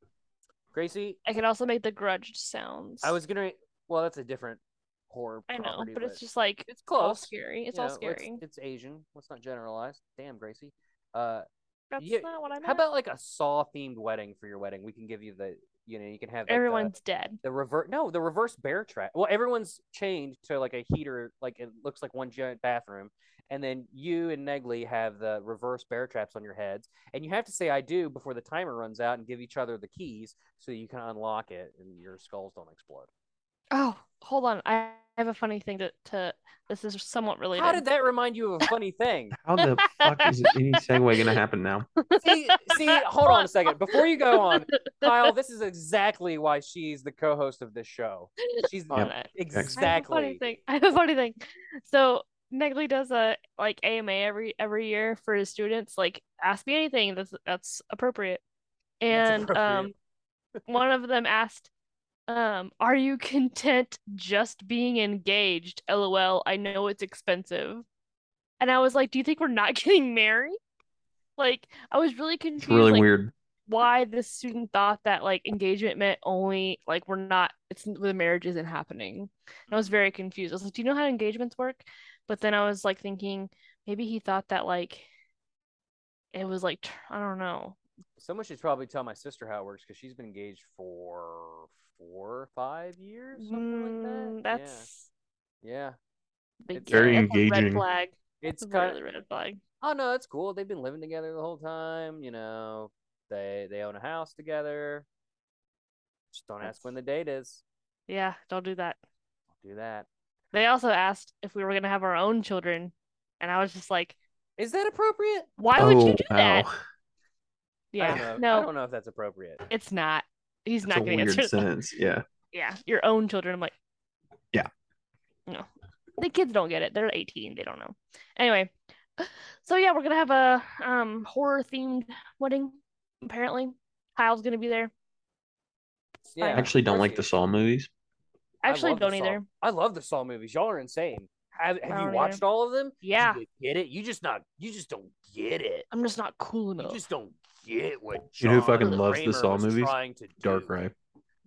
Speaker 1: Gracie,
Speaker 2: I could also make the grudge sounds.
Speaker 1: I was gonna. Well, that's a different horror.
Speaker 2: I know,
Speaker 1: property,
Speaker 2: but it's just like
Speaker 1: it's
Speaker 2: all
Speaker 1: close.
Speaker 2: scary. It's
Speaker 1: You
Speaker 2: all
Speaker 1: know, let's-
Speaker 2: scary.
Speaker 1: It's, Asian. Let's not generalize. Damn, Gracie. Uh,
Speaker 2: That's
Speaker 1: yeah,
Speaker 2: not what I meant.
Speaker 1: how about like a Saw themed wedding for your wedding? We can give you the. You know, you can have like, the-
Speaker 2: everyone's dead?
Speaker 1: the reverse no the reverse bear trap well everyone's chained to like a heater like it looks like one giant bathroom and then you and negley have the reverse bear traps on your heads and you have to say i do before the timer runs out and give each other the keys so you can unlock it and your skulls don't explode
Speaker 2: Oh, hold on. I have a funny thing to. to this is somewhat related.
Speaker 1: how did that remind you of a funny thing
Speaker 3: How the fuck is any segue gonna happen now?
Speaker 1: see see hold on a second before you go on kyle this is exactly why she's the co-host of this show she's
Speaker 2: Hold on. I have a funny
Speaker 1: exactly
Speaker 2: thing. I have a funny thing. So Negley does a like AMA every every year for his students. Like, ask me anything that's that's appropriate. And um,
Speaker 1: appropriate.
Speaker 2: one of them asked, um, "Are you content just being engaged?" LOL. I know it's expensive. And I was like, "Do you think we're not getting married?" Like, I was really
Speaker 3: It's
Speaker 2: confused.
Speaker 3: really
Speaker 2: like,
Speaker 3: weird.
Speaker 2: why this student thought that like engagement meant only like we're not it's the marriage isn't happening. And I was very confused. I was like, do you know how engagements work? But then I was like thinking maybe he thought that like it was like tr- I don't know.
Speaker 1: Someone should probably tell my sister how it works because she's been engaged for four, five years, something
Speaker 2: Mm,
Speaker 1: like that.
Speaker 2: that's
Speaker 1: yeah, yeah.
Speaker 2: big-
Speaker 1: It's
Speaker 2: yeah,
Speaker 1: very
Speaker 2: that's a red
Speaker 3: engaging.
Speaker 2: flag.
Speaker 1: It's
Speaker 2: It's
Speaker 1: kind
Speaker 2: really
Speaker 1: of
Speaker 2: red flag.
Speaker 1: oh no, it's cool. They've been living together the whole time. You know, they they own a house together. Just don't ask when the date is.
Speaker 2: Yeah, don't do that.
Speaker 1: Don't do that.
Speaker 2: They also asked if we were gonna have our own children, and I was just like,
Speaker 1: Is that appropriate?
Speaker 2: why would you
Speaker 3: Oh,
Speaker 2: do
Speaker 3: wow.
Speaker 2: that?
Speaker 1: I
Speaker 2: Yeah,
Speaker 1: don't know. I
Speaker 2: no,
Speaker 1: don't know if that's appropriate.
Speaker 2: it's not. He's
Speaker 3: It's
Speaker 2: not
Speaker 3: a
Speaker 2: gonna
Speaker 3: weird
Speaker 2: answer that.
Speaker 3: sentence. Yeah.
Speaker 2: yeah, your own children. I'm like,
Speaker 3: Yeah.
Speaker 2: no, the kids don't get it. They're 18. They don't know. Anyway, so yeah, we're gonna have a um horror themed wedding. Apparently, Kyle's gonna be there.
Speaker 1: Yeah,
Speaker 3: I actually don't like the
Speaker 1: Percy.
Speaker 3: Saw movies.
Speaker 2: I
Speaker 1: I
Speaker 2: actually
Speaker 1: love the
Speaker 2: don't
Speaker 1: Saw-
Speaker 2: either.
Speaker 1: I love the Saw movies. Y'all are insane. Have, have you
Speaker 2: don't
Speaker 1: watched all of them?
Speaker 2: Yeah.
Speaker 1: You didn't get it? You just not. You just don't get it.
Speaker 2: I'm just not cool
Speaker 1: You
Speaker 2: enough.
Speaker 1: just don't get what
Speaker 3: You
Speaker 1: John
Speaker 3: know who fucking loves the
Speaker 1: Kramer
Speaker 3: Saw
Speaker 1: was
Speaker 3: movies?
Speaker 1: Trying to
Speaker 3: Dark
Speaker 1: do.
Speaker 3: Ride.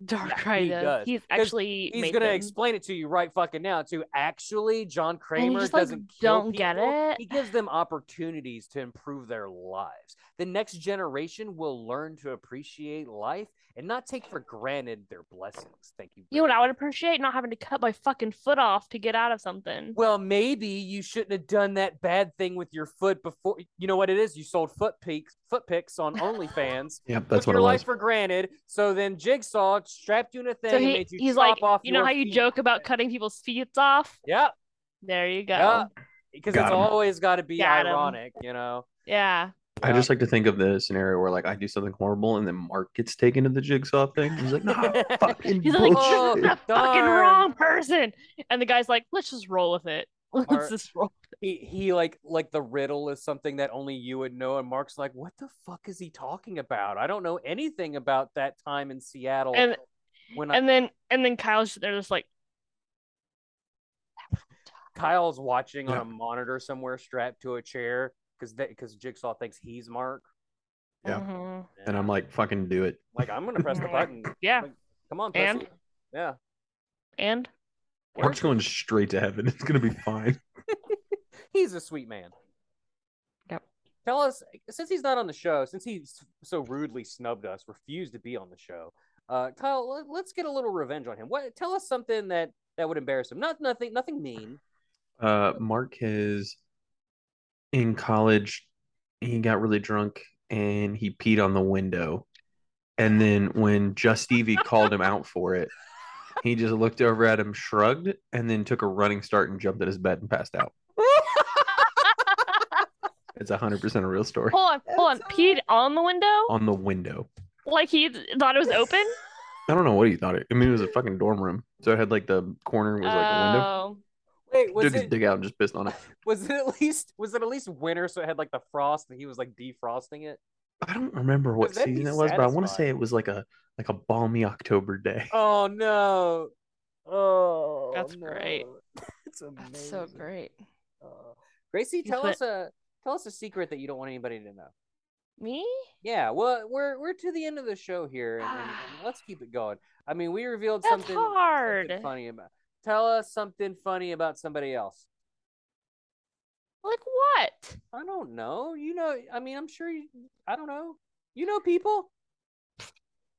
Speaker 2: Dark
Speaker 1: Yeah,
Speaker 2: Ride
Speaker 1: he
Speaker 2: does.
Speaker 1: does.
Speaker 2: He's
Speaker 1: 'Cause
Speaker 2: actually
Speaker 1: He's
Speaker 2: made
Speaker 1: gonna
Speaker 2: them.
Speaker 1: explain it to you right fucking now too. Actually, John
Speaker 2: And you
Speaker 1: Kramer
Speaker 2: just, like,
Speaker 1: doesn't kill
Speaker 2: don't get
Speaker 1: people.
Speaker 2: it.
Speaker 1: He gives them opportunities to improve their lives. The next generation will learn to appreciate life and not take for granted their blessings. Thank you.
Speaker 2: You know what
Speaker 1: very
Speaker 2: I would appreciate? Not having to cut my fucking foot off to get out of something.
Speaker 1: Well, maybe you shouldn't have done that bad thing with your foot before. You know what it is? You sold foot peaks, foot picks on OnlyFans.
Speaker 3: Yep, that's
Speaker 1: took
Speaker 3: what
Speaker 1: your
Speaker 3: it
Speaker 1: life
Speaker 3: was.
Speaker 1: for granted. So then Jigsaw strapped you in a thing.
Speaker 2: so
Speaker 1: and
Speaker 2: he,
Speaker 1: made you
Speaker 2: he's
Speaker 1: chop
Speaker 2: like,
Speaker 1: off
Speaker 2: you know
Speaker 1: your
Speaker 2: how you
Speaker 1: feet.
Speaker 2: joke about cutting people's feet off?
Speaker 1: Yeah,
Speaker 2: There you go.
Speaker 1: Yeah. because
Speaker 3: Got
Speaker 1: it's
Speaker 3: him.
Speaker 1: always got to be
Speaker 2: Got him.
Speaker 1: ironic, you know.
Speaker 2: Yeah.
Speaker 3: I just like to think of the scenario where like I do something horrible and then Mark gets taken to the jigsaw thing. He's like, nah, fucking
Speaker 2: He's like,
Speaker 1: Oh,
Speaker 2: this is the
Speaker 3: bullshit.
Speaker 2: fucking
Speaker 1: darn.
Speaker 2: wrong person. And the guy's like, let's just roll with it. Let's
Speaker 1: Or-
Speaker 2: just roll.
Speaker 1: He, he like like the riddle is something that only you would know, and Mark's like, "What the fuck is he talking about? I don't know anything about that time in Seattle."
Speaker 2: And-
Speaker 1: when uh, I,
Speaker 2: And then and then Kyle's just- they're just like,
Speaker 1: Kyle's watching on
Speaker 3: Yeah.
Speaker 1: a monitor somewhere, strapped to a chair, because because Jigsaw thinks he's Mark.
Speaker 3: Yeah.
Speaker 2: "Mhm,
Speaker 3: And I'm like, fucking do it.
Speaker 1: like, I'm gonna press the button.
Speaker 2: yeah.
Speaker 1: Like, Come on, pussy.
Speaker 2: And
Speaker 1: yeah,
Speaker 2: And
Speaker 3: Mark's going straight to heaven. It's gonna be fine.
Speaker 1: he's a sweet man.
Speaker 2: Yep.
Speaker 1: Tell us, since he's not on the show, since he s- so rudely snubbed us, refused to be on the show, uh, Kyle, let- let's get a little revenge on him. What? Tell us something that that would embarrass him. Not nothing, nothing mean.
Speaker 3: Uh Mark has in college he got really drunk and he peed on the window. And then when Just Stevie called him out for it, he just looked over at him, shrugged, and then took a running start and jumped at his bed and passed out. It's hundred percent a real story.
Speaker 2: hold on, hold on.
Speaker 1: That's
Speaker 2: Peed on the window?
Speaker 3: On the window.
Speaker 2: Like he thought it was open?
Speaker 3: I don't know what he thought it. I mean, it was a fucking dorm room, so it had like the corner was like a window.
Speaker 2: Oh.
Speaker 1: Wait, Uh, was
Speaker 3: Took his
Speaker 1: it
Speaker 3: dick out and just pissed on it.
Speaker 1: was it at least was it at least winter? So it had like the frost, and he was like defrosting it.
Speaker 3: I don't remember what
Speaker 1: that'd be
Speaker 3: season it was, but I want to
Speaker 1: satisfying.
Speaker 3: say it was like a like a balmy October day.
Speaker 1: Oh no! Oh,
Speaker 2: That's great.
Speaker 1: no. It's amazing.
Speaker 2: That's so great.
Speaker 1: Uh, Gracie,
Speaker 2: He's
Speaker 1: tell
Speaker 2: put-
Speaker 1: us a tell us a secret that you don't want anybody to know.
Speaker 2: Me?
Speaker 1: Yeah, well, we're we're to the end of the show here, and, and- and let's keep it going. I mean, we revealed
Speaker 2: Ah. That's
Speaker 1: something, something
Speaker 2: hard.
Speaker 1: funny about. Tell us something funny about somebody else.
Speaker 2: Like what?
Speaker 1: I don't know. You know, I mean, I'm sure you. I don't know. You know people.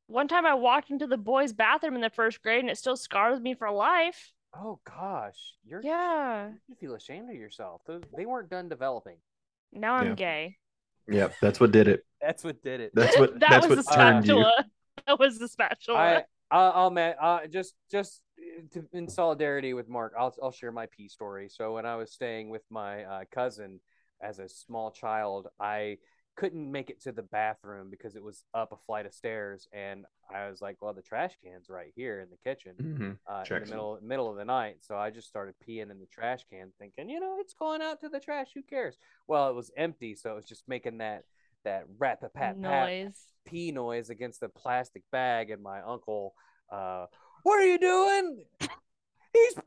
Speaker 2: One time I walked into the boys' bathroom in the first grade and it still scars me for life.
Speaker 1: Oh gosh, you're
Speaker 2: Yeah.
Speaker 1: You feel ashamed of yourself. Those, they weren't done developing.
Speaker 2: Now I'm
Speaker 3: Yeah.
Speaker 2: gay.
Speaker 3: Yep, that's what did it.
Speaker 1: That's what did it.
Speaker 3: That's what
Speaker 2: that
Speaker 3: that's
Speaker 2: was
Speaker 3: what
Speaker 2: the
Speaker 3: turned you.
Speaker 2: spatula. That was the spatula.
Speaker 1: I, I, I'll man, uh, just just uh, to, in solidarity with Mark, I'll I'll share my pee story. So when I was staying with my uh, cousin as a small child, I couldn't make it to the bathroom because it was up a flight of stairs, and I was like, "Well, the trash can's right here in the kitchen."
Speaker 3: Mhm.
Speaker 1: uh, in the
Speaker 3: Checks.
Speaker 1: middle middle of the night. So I just started peeing in the trash can, thinking, you know, it's going out to the trash. Who cares? Well, it was empty, so it was just making that that rat pat pat
Speaker 2: Noise.
Speaker 1: pee noise against the plastic bag, and my uncle, uh, what are you doing? He's peeing in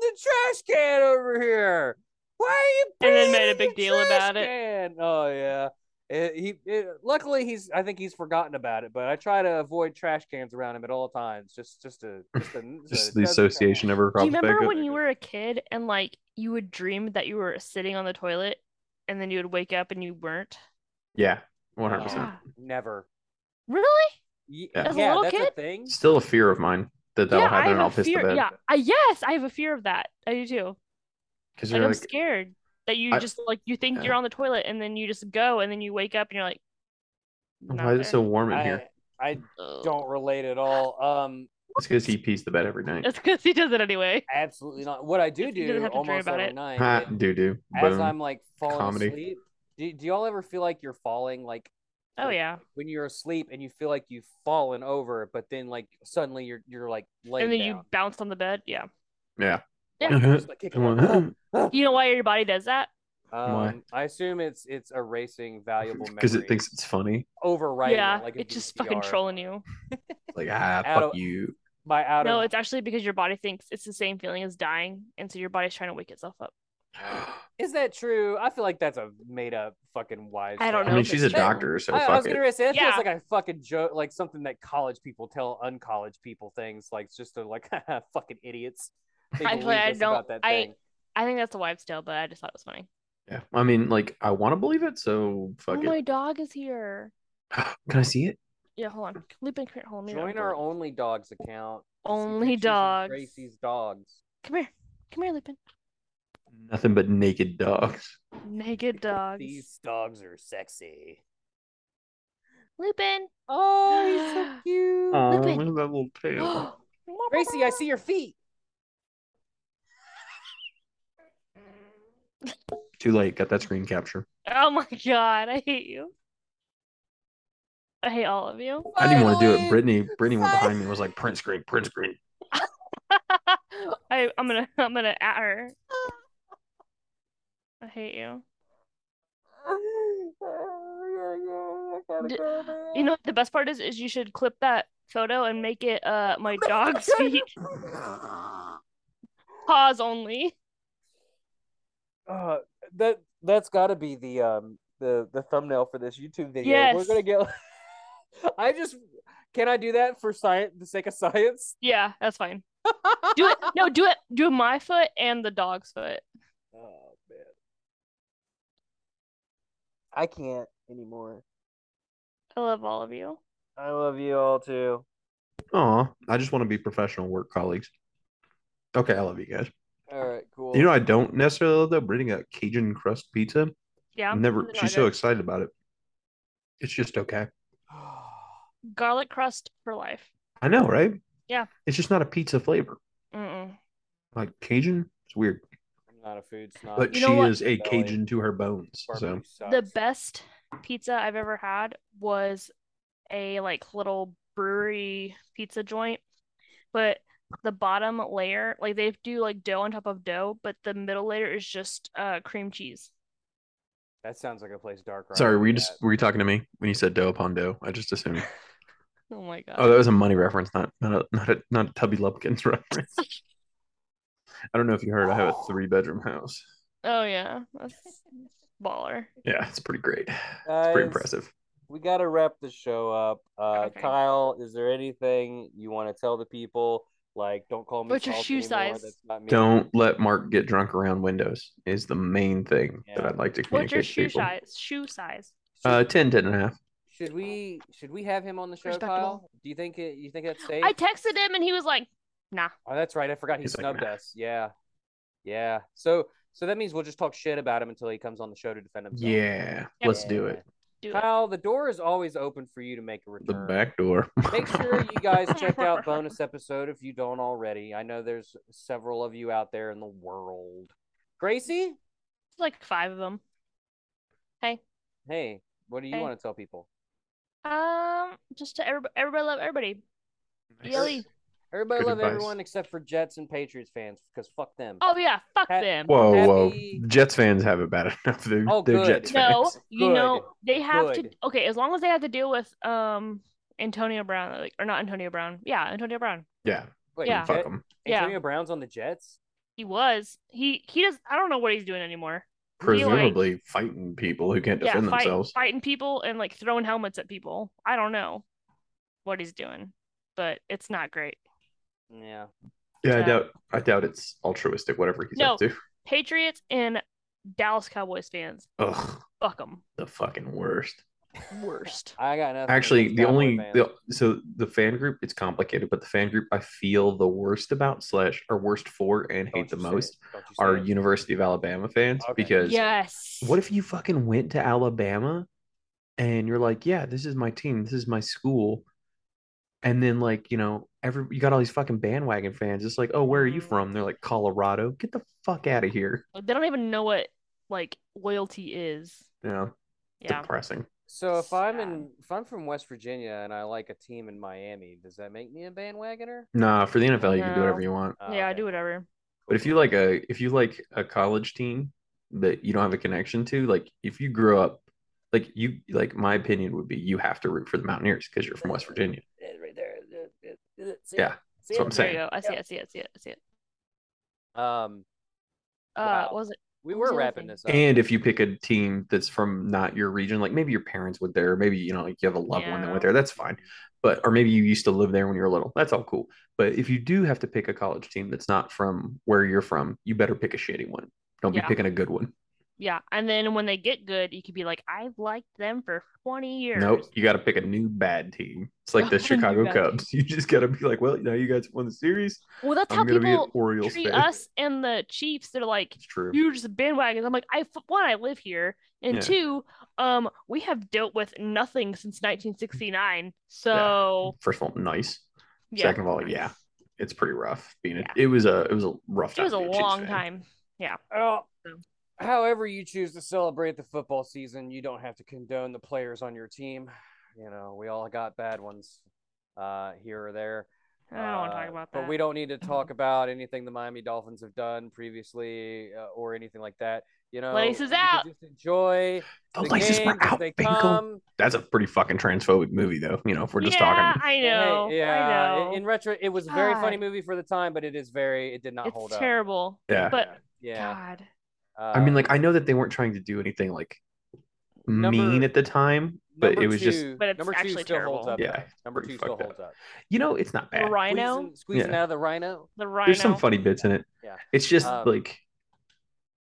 Speaker 1: the trash can over here. Why are you?
Speaker 2: And
Speaker 1: Peeing
Speaker 2: then made a
Speaker 1: in the
Speaker 2: big deal
Speaker 1: trash
Speaker 2: about it.
Speaker 1: can?" Oh yeah. It, he it, luckily he's I think he's forgotten about it, but I try to avoid trash cans around him at all times. Just just to just, to,
Speaker 3: Just the association of her
Speaker 2: Do you
Speaker 3: crops back
Speaker 2: remember
Speaker 3: up.
Speaker 2: when you were a kid and like you would dream that you were sitting on the toilet and then you would wake up and you weren't?
Speaker 3: Yeah, one hundred percent.
Speaker 2: Yeah.
Speaker 1: Never.
Speaker 2: Really?
Speaker 1: Y-
Speaker 3: Yeah.
Speaker 2: As a
Speaker 1: yeah,
Speaker 2: little
Speaker 1: that's a
Speaker 2: kid?
Speaker 1: thing.
Speaker 3: Still a fear of mine that that'll
Speaker 2: yeah, I
Speaker 3: happen
Speaker 2: have
Speaker 3: and
Speaker 2: a
Speaker 3: I'll piss
Speaker 2: fear.
Speaker 3: the bed
Speaker 2: Yeah. I, yes, I have a fear of that. I do too.
Speaker 3: because
Speaker 2: Like
Speaker 3: you're
Speaker 2: I'm
Speaker 3: like
Speaker 2: scared that you
Speaker 3: I-
Speaker 2: just like you think
Speaker 3: Yeah.
Speaker 2: you're on the toilet and then you just go and then you wake up and you're like, not
Speaker 3: "Oh, why is it so
Speaker 2: there.
Speaker 3: warm in
Speaker 1: I,
Speaker 3: here?
Speaker 1: I
Speaker 2: Ugh.
Speaker 1: don't relate at all. Um,
Speaker 3: It's because he pees the bed every night.
Speaker 2: It's because he does it anyway.
Speaker 1: absolutely not. What I do
Speaker 2: You didn't
Speaker 1: do
Speaker 2: have to dream
Speaker 1: almost
Speaker 2: about
Speaker 1: every
Speaker 2: it.
Speaker 1: night
Speaker 3: Ha,
Speaker 1: is-
Speaker 3: doo doo.
Speaker 1: as
Speaker 3: Boom.
Speaker 1: I'm like falling
Speaker 3: Comedy.
Speaker 1: asleep. Do, do y'all ever feel like you're falling? Like
Speaker 2: Oh yeah.
Speaker 1: when you're asleep and you feel like you've fallen over, but then like suddenly you're you're like laying
Speaker 2: And then you
Speaker 1: down.
Speaker 2: bounce on the bed. Yeah.
Speaker 3: yeah.
Speaker 2: Yeah.
Speaker 1: Just, like, kicking like,
Speaker 2: You know why your body does that?
Speaker 3: Why?
Speaker 1: um, I assume it's it's erasing valuable memories.
Speaker 3: Because it thinks it's funny.
Speaker 1: overwriting. it
Speaker 2: yeah.
Speaker 1: like a
Speaker 2: it's just fucking
Speaker 1: VCR.
Speaker 2: trolling you.
Speaker 3: Like
Speaker 1: Out
Speaker 3: ah, fuck
Speaker 1: of-
Speaker 3: you.
Speaker 1: my outer.
Speaker 2: No, it's actually because your body thinks it's the same feeling as dying, and so your body's trying to wake itself up.
Speaker 1: Is that true? I feel like that's a made up fucking wise.
Speaker 2: I
Speaker 3: I
Speaker 2: don't know,
Speaker 3: mean,
Speaker 2: but
Speaker 3: she's a
Speaker 2: still.
Speaker 3: doctor, so
Speaker 1: I, I was
Speaker 3: fuck it.
Speaker 1: gonna say that
Speaker 2: Yeah.
Speaker 1: feels like a fucking joke, like something that college people tell uncollege people things, like just to like "Haha, fucking idiots. They
Speaker 2: Actually,
Speaker 1: believe
Speaker 2: I
Speaker 1: this
Speaker 2: don't-
Speaker 1: About that
Speaker 2: I-
Speaker 1: thing.
Speaker 2: I think that's the wives' tale, but I just thought it was funny.
Speaker 3: Yeah. I mean, like, I want to believe it, so fuck
Speaker 2: oh,
Speaker 3: it.
Speaker 2: my dog is here.
Speaker 3: Can I see it?
Speaker 2: Yeah, hold on. Lupin, come here. Hold on. let me
Speaker 1: Join
Speaker 2: grab
Speaker 1: our
Speaker 2: one.
Speaker 1: only dogs account. to see
Speaker 2: Only
Speaker 1: pictures of
Speaker 2: dogs.
Speaker 1: Gracie's dogs.
Speaker 2: Come here. Come here, Lupin.
Speaker 3: Nothing but naked dogs.
Speaker 2: Naked dogs.
Speaker 1: These dogs are sexy.
Speaker 2: Lupin.
Speaker 1: Oh, he's so cute.
Speaker 3: Oh,
Speaker 2: Lupin.
Speaker 3: look at that little tail.
Speaker 1: Gracie, I see your feet.
Speaker 3: Too late. Got that screen capture.
Speaker 2: Oh my god, I hate you. I hate all of you.
Speaker 3: I didn't want to do it.
Speaker 1: Finally!
Speaker 3: Brittany, Brittany went behind me and was like, print screen, print screen.
Speaker 2: I, I'm gonna I'm gonna at her. I hate you.
Speaker 1: Oh, yeah, yeah, I gotta
Speaker 2: D-
Speaker 1: go, man.
Speaker 2: You know what the best part is is you should clip that photo and make it uh my dog's feet paws only.
Speaker 1: uh, that that's got to be the um the the thumbnail for this YouTube video. We're
Speaker 2: Yes.
Speaker 1: gonna go. I just can I do that for science the sake of science?
Speaker 2: Yeah, that's fine. Do it no, do it do my foot and the dog's foot.
Speaker 1: Oh man, I can't anymore.
Speaker 2: I love all of you.
Speaker 1: I love you all too.
Speaker 3: Aw, I just want to be professional work colleagues. Okay, I love you guys.
Speaker 1: All right, cool.
Speaker 3: You know, I don't necessarily love though. Brittany got Cajun crust pizza.
Speaker 2: Yeah.
Speaker 3: Never.
Speaker 2: something
Speaker 3: She's
Speaker 2: like
Speaker 3: so excited about it. It's just okay.
Speaker 2: that. garlic crust for life.
Speaker 3: I know, right?
Speaker 2: Yeah.
Speaker 3: It's just not a pizza flavor.
Speaker 2: Mm-mm.
Speaker 3: Like Cajun, it's weird,
Speaker 1: I'm not a food snob.
Speaker 3: but
Speaker 2: You
Speaker 3: she
Speaker 2: know what?
Speaker 3: is a
Speaker 1: Belly.
Speaker 3: Cajun to her bones. So
Speaker 1: Barbecue sucks.
Speaker 2: The best pizza I've ever had was a like little brewery pizza joint, but the bottom layer, like they do like dough on top of dough, but the middle layer is just uh cream cheese.
Speaker 1: That sounds like a place dark. Ride
Speaker 3: sorry,
Speaker 1: would
Speaker 3: were you
Speaker 1: be
Speaker 3: just
Speaker 1: at.
Speaker 3: were you talking to me when you said dough upon dough? I just assumed.
Speaker 2: Oh my god.
Speaker 3: Oh, that was a money reference, not not a not a, not a Tubby Lumpkins reference. I don't know if you heard. I have a three bedroom house.
Speaker 2: Oh yeah. That's baller.
Speaker 3: Yeah, it's pretty great. It's
Speaker 1: Guys,
Speaker 3: pretty impressive.
Speaker 1: We got to wrap the show up. Uh,
Speaker 2: Okay.
Speaker 1: Kyle, is there anything you want to tell the people? Like, don't call me.
Speaker 2: What's your
Speaker 1: Salt
Speaker 2: shoe
Speaker 1: anymore.
Speaker 2: size?
Speaker 1: That's not me.
Speaker 3: Don't let Mark get drunk around windows is the main thing that
Speaker 1: Yeah.
Speaker 3: I'd like to communicate
Speaker 2: What's your
Speaker 3: to
Speaker 2: shoe
Speaker 3: people.
Speaker 2: size? Shoe size.
Speaker 1: Should,
Speaker 3: Uh, 10, 10 and a half.
Speaker 1: should we should we have him on the show,
Speaker 2: Respectable.
Speaker 1: Kyle? Do you think it, you think that's safe?
Speaker 2: I texted him and he was like, nah.
Speaker 1: oh, that's right. I forgot he
Speaker 3: He's like,
Speaker 1: snubbed
Speaker 3: "Nah."
Speaker 1: us. Yeah, yeah. So so that means we'll just talk shit about him until he comes on the show to defend himself.
Speaker 3: Yeah, let's do it.
Speaker 2: Do it.
Speaker 1: Kyle, the door is always open for you to make a return.
Speaker 3: The back door.
Speaker 1: make sure you guys check out bonus episode if you don't already. I know there's several of you out there in the world. Gracie,
Speaker 2: Like five of them.
Speaker 1: hey, what do you
Speaker 2: Hey.
Speaker 1: want to tell people?
Speaker 2: Um, just to everybody, everybody love everybody. Yelly.
Speaker 1: Everybody
Speaker 3: Good
Speaker 1: love
Speaker 3: advice.
Speaker 1: everyone except for Jets and Patriots fans because fuck them.
Speaker 2: Oh yeah, fuck
Speaker 1: Ha-
Speaker 2: them.
Speaker 3: Whoa,
Speaker 1: Happy-
Speaker 3: whoa. Jets fans have it bad enough. They're,
Speaker 1: Oh,
Speaker 3: they're
Speaker 1: good.
Speaker 3: Jets
Speaker 2: No,
Speaker 3: fans.
Speaker 2: you know
Speaker 1: Good.
Speaker 2: they have to.
Speaker 1: Good.
Speaker 2: Okay, as long as they have to deal with um Antonio Brown, like or not Antonio Brown. Yeah, Antonio Brown.
Speaker 3: Yeah,
Speaker 1: Wait,
Speaker 2: yeah.
Speaker 3: fuck
Speaker 1: Jet-
Speaker 3: them.
Speaker 2: Yeah.
Speaker 1: Antonio Brown's on the Jets.
Speaker 2: He was. He he does. I don't know what he's doing anymore. He, like-
Speaker 3: Presumably fighting people who can't
Speaker 2: yeah,
Speaker 3: defend
Speaker 2: fight,
Speaker 3: themselves.
Speaker 2: fighting people and like throwing helmets at people. I don't know what he's doing, but it's not great.
Speaker 1: Yeah,
Speaker 3: Yeah, I
Speaker 2: Yeah.
Speaker 3: doubt. I doubt it's altruistic. Whatever he's
Speaker 2: No.
Speaker 3: up to.
Speaker 2: Patriots and Dallas Cowboys fans,
Speaker 3: Ugh,
Speaker 2: fuck them.
Speaker 3: the fucking worst.
Speaker 2: Worst.
Speaker 1: I got nothing.
Speaker 3: Actually,
Speaker 1: against
Speaker 3: the
Speaker 1: Cowboy
Speaker 3: only
Speaker 1: fans.
Speaker 3: the, so the fan group it's complicated, but the fan group I feel the worst about slash or worst for and
Speaker 1: Don't
Speaker 3: hate the
Speaker 1: you say
Speaker 3: most
Speaker 1: it. Don't you say
Speaker 3: are
Speaker 1: it.
Speaker 3: University of Alabama fans
Speaker 1: Okay.
Speaker 3: because
Speaker 2: Yes.
Speaker 3: what if you fucking went to Alabama and you're like, yeah, this is my team, this is my school, and then like you know every you got all these fucking bandwagon fans. It's like, oh, where are you
Speaker 1: Mm-hmm.
Speaker 2: Mhm.
Speaker 3: from? They're like Colorado. Get the fuck out of here.
Speaker 2: Like, they don't even know what like loyalty is.
Speaker 3: You know,
Speaker 2: Yeah.
Speaker 3: depressing.
Speaker 1: So if I'm
Speaker 2: Sad.
Speaker 1: in, if I'm from West Virginia and I like a team in Miami, does that make me a bandwagoner?
Speaker 3: Nah, for the NFL, you can do
Speaker 2: No.
Speaker 3: whatever you want.
Speaker 1: Oh,
Speaker 2: yeah, I
Speaker 1: okay.
Speaker 2: do whatever.
Speaker 3: But if you like a if you like a college team that you don't have a connection to, like if you grow up, like you like my opinion would be you have to root for the Mountaineers because you're from West Virginia.
Speaker 1: Right there. That's it.
Speaker 3: Yeah. That's what I'm
Speaker 2: There you
Speaker 3: saying.
Speaker 2: go. I see it. I see it. I see it. I see it.
Speaker 1: Um,
Speaker 2: Uh,
Speaker 1: Wow.
Speaker 2: was it?
Speaker 1: we
Speaker 2: What was
Speaker 1: were
Speaker 2: the other
Speaker 1: wrapping
Speaker 2: thing?
Speaker 1: this up.
Speaker 3: And if you pick a team that's from not your region, like maybe your parents went there, maybe you know, like you have a loved one that went
Speaker 2: Yeah.
Speaker 3: there, that's fine. But or maybe you used to live there when you were little. That's all cool. But if you do have to pick a college team that's not from where you're from, you better pick a shitty one. Don't
Speaker 2: Yeah.
Speaker 3: be picking a good one.
Speaker 2: Yeah, and then when they get good, you could be like, I've liked them for twenty years.
Speaker 3: Nope, you got to pick a new bad team. It's like
Speaker 2: A
Speaker 3: the
Speaker 2: new
Speaker 3: Chicago
Speaker 2: bad
Speaker 3: Cubs. You just got to be like, well, now you guys won the series.
Speaker 2: Well, that's how
Speaker 3: I'm gonna be an
Speaker 2: people
Speaker 3: Orioles
Speaker 2: treat
Speaker 3: fan.
Speaker 2: us and the Chiefs. They're like,
Speaker 3: It's true.
Speaker 2: you're just bandwagons. I'm like, I f- one, I live here, and
Speaker 3: Yeah.
Speaker 2: two, um, we have dealt with nothing since 1969. So
Speaker 3: First of all, nice.
Speaker 2: yeah,
Speaker 3: Second of all, yeah, it's pretty rough. Being
Speaker 2: Yeah.
Speaker 3: a, it was a it was a rough.
Speaker 2: it was a
Speaker 3: time to be Chiefs
Speaker 2: long
Speaker 3: fan.
Speaker 2: time.
Speaker 1: Well,
Speaker 2: So-
Speaker 1: however you choose to celebrate the football season, you don't have to condone the players on your team. You know, we all got bad ones uh, here or there.
Speaker 2: I don't want to talk
Speaker 1: Uh,
Speaker 2: about
Speaker 1: But
Speaker 2: that. Mm-hmm.
Speaker 1: we don't need to talk about anything the Miami Dolphins have done previously uh, or anything like that. You know,
Speaker 2: Laces
Speaker 1: you can
Speaker 2: out.
Speaker 1: Just enjoy
Speaker 3: The,
Speaker 1: the
Speaker 3: laces
Speaker 1: game
Speaker 3: were
Speaker 1: as
Speaker 3: out,
Speaker 1: they
Speaker 3: Finkel.
Speaker 1: come.
Speaker 3: That's a pretty fucking transphobic movie, though. You know, if we're just
Speaker 2: yeah,
Speaker 3: talking.
Speaker 2: I
Speaker 1: Hey,
Speaker 2: know.
Speaker 1: yeah.
Speaker 2: I
Speaker 1: in-
Speaker 2: know.
Speaker 1: In retro, it was a very funny
Speaker 2: God.
Speaker 1: movie for the time, but it is very. It did not hold
Speaker 2: it's
Speaker 1: up.
Speaker 2: terrible.
Speaker 3: Yeah,
Speaker 2: But
Speaker 1: Yeah.
Speaker 2: God,
Speaker 3: I mean,
Speaker 1: uh,
Speaker 3: like I know that they weren't trying to do anything like
Speaker 1: Number-
Speaker 3: mean at the time, but
Speaker 1: number
Speaker 3: it was just
Speaker 1: two-
Speaker 2: But it's
Speaker 1: number two
Speaker 2: actually
Speaker 1: still holds
Speaker 2: terrible.
Speaker 1: up.
Speaker 3: Yeah,
Speaker 1: though. number
Speaker 3: pretty
Speaker 1: two still
Speaker 3: fucked
Speaker 1: holds up.
Speaker 3: you know, it's not
Speaker 2: the
Speaker 3: bad.
Speaker 2: rhino,
Speaker 1: Squeezing, squeezing
Speaker 3: Yeah.
Speaker 1: out of the rhino.
Speaker 2: the rhino.
Speaker 3: There's some funny bits in it.
Speaker 1: Yeah.
Speaker 3: It's just
Speaker 1: Um,
Speaker 3: like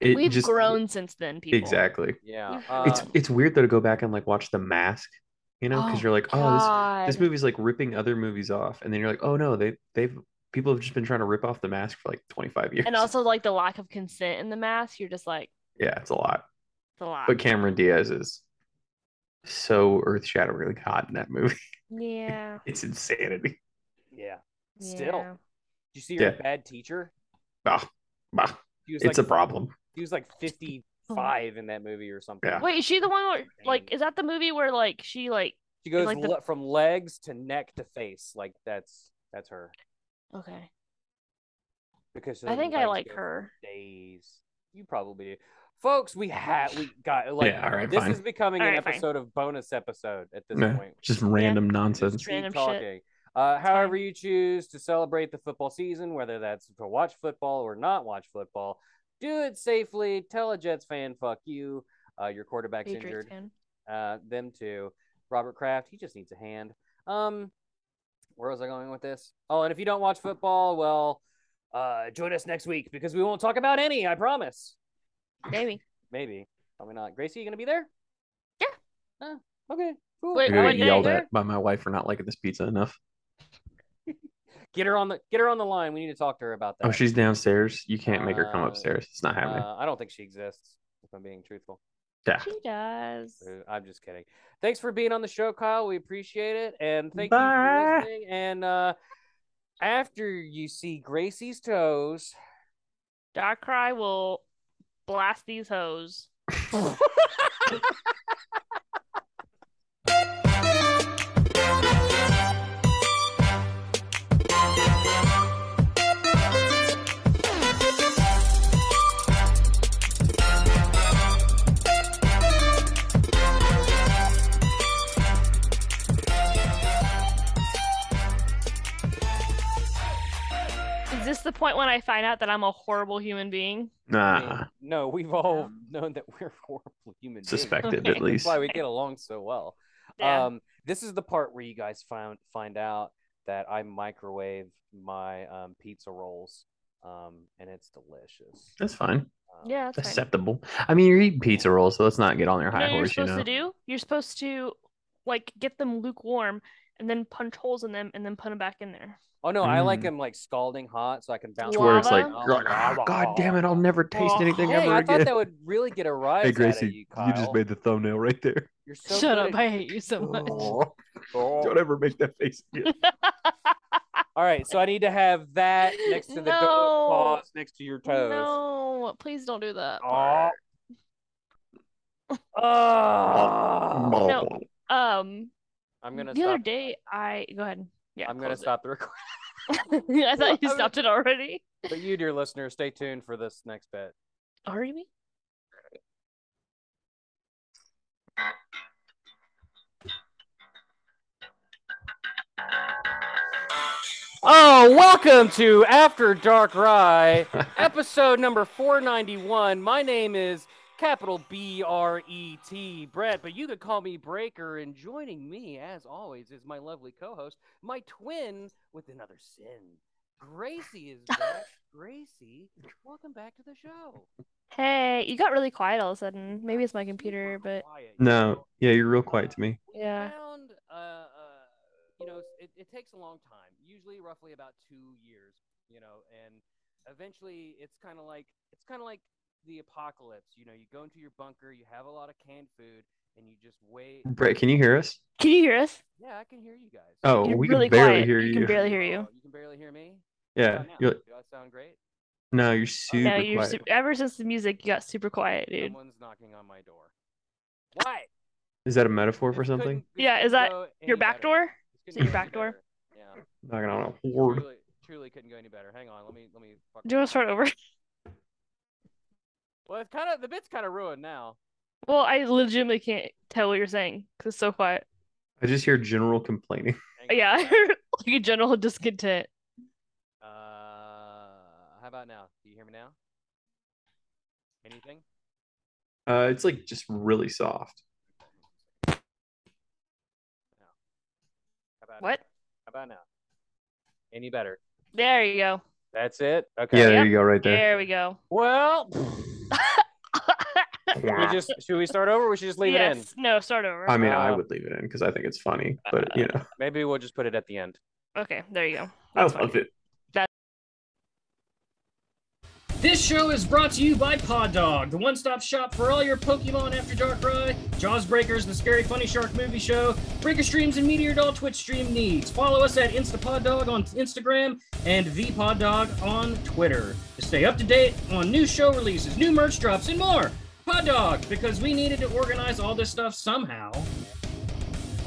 Speaker 3: it
Speaker 2: Uh, We've
Speaker 3: just
Speaker 2: grown since then, people.
Speaker 3: exactly.
Speaker 1: Yeah.
Speaker 2: We've
Speaker 1: Uh,
Speaker 3: it's it's weird though to go back and like watch The Mask, you know, because
Speaker 2: Oh,
Speaker 3: you're like, oh, this
Speaker 2: God.
Speaker 3: this movie's like ripping other movies off, and then you're like, oh no, they they've people have just been trying to rip off The Mask for like 25 years.
Speaker 2: and also like the lack of consent in the mask. You're just like
Speaker 3: yeah, it's a lot.
Speaker 2: it's a lot.
Speaker 3: But Cameron Diaz is so earth-shatteringly hot in that movie.
Speaker 2: yeah.
Speaker 3: It's insanity.
Speaker 1: yeah. Still.
Speaker 2: yeah.
Speaker 1: Did you see your
Speaker 3: Yeah.
Speaker 1: bad teacher?
Speaker 3: Ah, bah,
Speaker 1: He was
Speaker 3: it's
Speaker 1: like
Speaker 3: a problem.
Speaker 1: he was like fifty five in that movie or something.
Speaker 3: Yeah.
Speaker 2: Wait, is she the one where like is that the movie where like she like
Speaker 1: She goes
Speaker 2: like the-
Speaker 1: le- from legs to neck to face. Like that's that's her.
Speaker 2: okay?
Speaker 1: Because
Speaker 2: I
Speaker 1: the
Speaker 2: think I
Speaker 1: legs
Speaker 2: like
Speaker 1: go
Speaker 2: her.
Speaker 1: for Days. You probably do. Folks, we had we got like
Speaker 3: Yeah, all right,
Speaker 1: this
Speaker 3: fine.
Speaker 1: is becoming
Speaker 2: All
Speaker 1: an
Speaker 2: right, fine.
Speaker 1: episode of bonus episode at this
Speaker 3: Yeah,
Speaker 1: point.
Speaker 3: Just random nonsense.
Speaker 1: just keep
Speaker 2: Random shit.
Speaker 1: talking. Uh,
Speaker 2: fine.
Speaker 1: however, you choose to celebrate the football season, whether that's to watch football or not watch football, do it safely. Tell a Jets fan, fuck you. Uh, your quarterback's injured.
Speaker 2: Patriots fan.
Speaker 1: Uh, them too. Robert Kraft, he just needs a hand. Um, where was I going with this? Oh, and if you don't watch football, well, uh, join us next week because we won't talk about any. I promise.
Speaker 2: Maybe.
Speaker 1: Maybe. Probably not. Gracie, you gonna be there?
Speaker 2: Yeah.
Speaker 1: Huh, okay. Cool.
Speaker 2: Wait,
Speaker 3: I
Speaker 2: what
Speaker 3: got
Speaker 2: did I
Speaker 3: yelled
Speaker 2: do?
Speaker 3: at by my wife for not liking this pizza enough.
Speaker 1: Get her on the get her on the line. We need to talk to her about that.
Speaker 3: Oh, she's downstairs. You can't make her come
Speaker 1: Uh,
Speaker 3: upstairs. It's not happening.
Speaker 1: Uh, I don't think she exists, if I'm being truthful.
Speaker 3: yeah.
Speaker 2: She does.
Speaker 1: Uh, I'm just kidding. Thanks for being on the show, Kyle. We appreciate it. And thank you for
Speaker 3: Bye.
Speaker 1: listening. And uh, after you see Gracie's toes,
Speaker 2: Dark Cry will blast these hoes. Is this the point when I find out that I'm a horrible human being?
Speaker 1: I mean,
Speaker 3: Nah.
Speaker 1: no, we've all known that we're horrible human beings.
Speaker 3: Suspected
Speaker 2: Okay.
Speaker 3: at least.
Speaker 1: That's why we get along so well.
Speaker 2: Yeah.
Speaker 1: Um, this is the part where you guys find find out that I microwave my um, pizza rolls, um, and it's delicious.
Speaker 3: That's fine.
Speaker 1: Um,
Speaker 2: yeah, that's fine.
Speaker 3: Acceptable. I mean, you're eating pizza rolls, so let's not get on their
Speaker 2: You
Speaker 3: high
Speaker 2: know what you're
Speaker 3: horse, you
Speaker 2: supposed
Speaker 3: know.
Speaker 2: to do? You're supposed to like get them lukewarm and then punch holes in them and then put them back in there.
Speaker 1: Oh no, I like
Speaker 3: Mm.
Speaker 1: them like scalding hot, so I can bounce.
Speaker 3: To where it's
Speaker 1: them
Speaker 3: like,
Speaker 2: Lava?
Speaker 1: around. Oh,
Speaker 3: you're like, "Ah, God damn it, I'll never taste
Speaker 2: Oh,
Speaker 3: anything
Speaker 1: Hey,
Speaker 3: ever
Speaker 1: I thought
Speaker 3: again.
Speaker 1: that would really get a rise
Speaker 3: Hey,
Speaker 1: out of
Speaker 3: Gracie,
Speaker 1: you,
Speaker 3: you,
Speaker 1: Kyle.
Speaker 3: just made the thumbnail right there.
Speaker 1: You're so
Speaker 2: Shut
Speaker 1: good
Speaker 2: up.
Speaker 1: at-
Speaker 2: I hate you so much.
Speaker 3: Oh, don't ever make that face again.
Speaker 1: All right, so I need to have that next to the dog
Speaker 2: No.
Speaker 1: paws next to your toes.
Speaker 2: no, please don't do that.
Speaker 1: Aw. Ah.
Speaker 2: No. Um,
Speaker 1: I'm gonna
Speaker 2: the other
Speaker 1: stop.
Speaker 2: day I go ahead. Yeah,
Speaker 1: I'm gonna
Speaker 2: close it.
Speaker 1: stop the recording.
Speaker 2: I thought you
Speaker 1: I'm-
Speaker 2: stopped it already.
Speaker 1: But you, dear listener, stay tuned for this next bit.
Speaker 2: Are you?
Speaker 1: Oh So, welcome to After Dark Rye, episode number 491. My name is capital B R E T, Brett, but you could call me Breaker. And joining me, as always, is my lovely co host, my twin with another sin. Gracie is back. Gracie, welcome back to the show.
Speaker 2: Hey, you got really quiet all of a sudden. Maybe it's my computer, but
Speaker 1: Quiet, you know?
Speaker 3: No, yeah, you're real quiet to me.
Speaker 1: We
Speaker 2: Yeah.
Speaker 1: found, uh, uh, you know, it, it takes a long time, usually roughly about two years, you know, and eventually it's kind of like it's kind of like the apocalypse. You know, you go into your bunker, you have a lot of canned food, and you just wait.
Speaker 3: Brett, can you hear us?
Speaker 2: can you hear us?
Speaker 1: Yeah, I can hear you guys.
Speaker 3: Oh,
Speaker 2: You're
Speaker 3: we
Speaker 2: really
Speaker 3: can barely
Speaker 2: quiet.
Speaker 3: hear
Speaker 2: You
Speaker 3: you.
Speaker 2: can barely hear you.
Speaker 1: Oh, you can barely hear me. How
Speaker 3: yeah,
Speaker 1: about now?
Speaker 3: you're,
Speaker 1: Do I sound great?
Speaker 3: no, you're
Speaker 1: Yeah,
Speaker 3: super
Speaker 2: Oh, no, you're
Speaker 3: quiet.
Speaker 2: su- ever since the music, you got super quiet, dude.
Speaker 1: Someone's knocking on my door. What?
Speaker 3: Is that a metaphor for
Speaker 1: This
Speaker 3: something?
Speaker 1: couldn't- this
Speaker 2: Yeah,
Speaker 1: couldn't
Speaker 2: is that
Speaker 1: go any
Speaker 2: Your back
Speaker 1: better.
Speaker 2: door?
Speaker 1: This
Speaker 2: Is it your
Speaker 1: couldn't go any
Speaker 2: back door?
Speaker 1: better. Yeah.
Speaker 3: Knocking on a horde.
Speaker 1: Truly, truly couldn't go any better. Hang on, let me let me. fuck
Speaker 2: Do you want
Speaker 1: with
Speaker 2: to start over?
Speaker 1: it. Well, it's kind of the bit's kind of ruined now.
Speaker 2: Well, I legitimately can't tell what you're saying because it's so quiet.
Speaker 3: I just hear general complaining.
Speaker 1: Hang on.
Speaker 2: Yeah, like a general discontent.
Speaker 1: Uh, how about now? Do you hear me now? Anything?
Speaker 3: Uh, it's like just really soft.
Speaker 1: No. How about
Speaker 2: What?
Speaker 1: Now? How about now? Any better?
Speaker 2: There you go.
Speaker 1: That's it. Okay.
Speaker 3: Yeah,
Speaker 2: Yep.
Speaker 3: there you go, right there.
Speaker 2: There we go.
Speaker 1: Well, should we just should we start over? Or we should just leave it in.
Speaker 2: yes. No, start over.
Speaker 3: I mean, I
Speaker 1: Uh,
Speaker 3: would leave it in because I think it's funny, but
Speaker 2: uh,
Speaker 3: you know,
Speaker 1: Maybe we'll just put it at the end.
Speaker 2: okay, there you go.
Speaker 3: I
Speaker 2: That's fine.
Speaker 3: love it.
Speaker 4: This show is brought to you by Pod Dog, the one stop shop for all your Pokemon After Dark Rye, Jaws Breakers, the Scary Funny Shark movie show, Breaker Streams, and Meteor Doll Twitch stream needs. Follow us at Instapod Dog on Instagram and VPod Dog on Twitter to stay up to date on new show releases, new merch drops, and more. Pod Dog, because we needed to organize all this stuff somehow.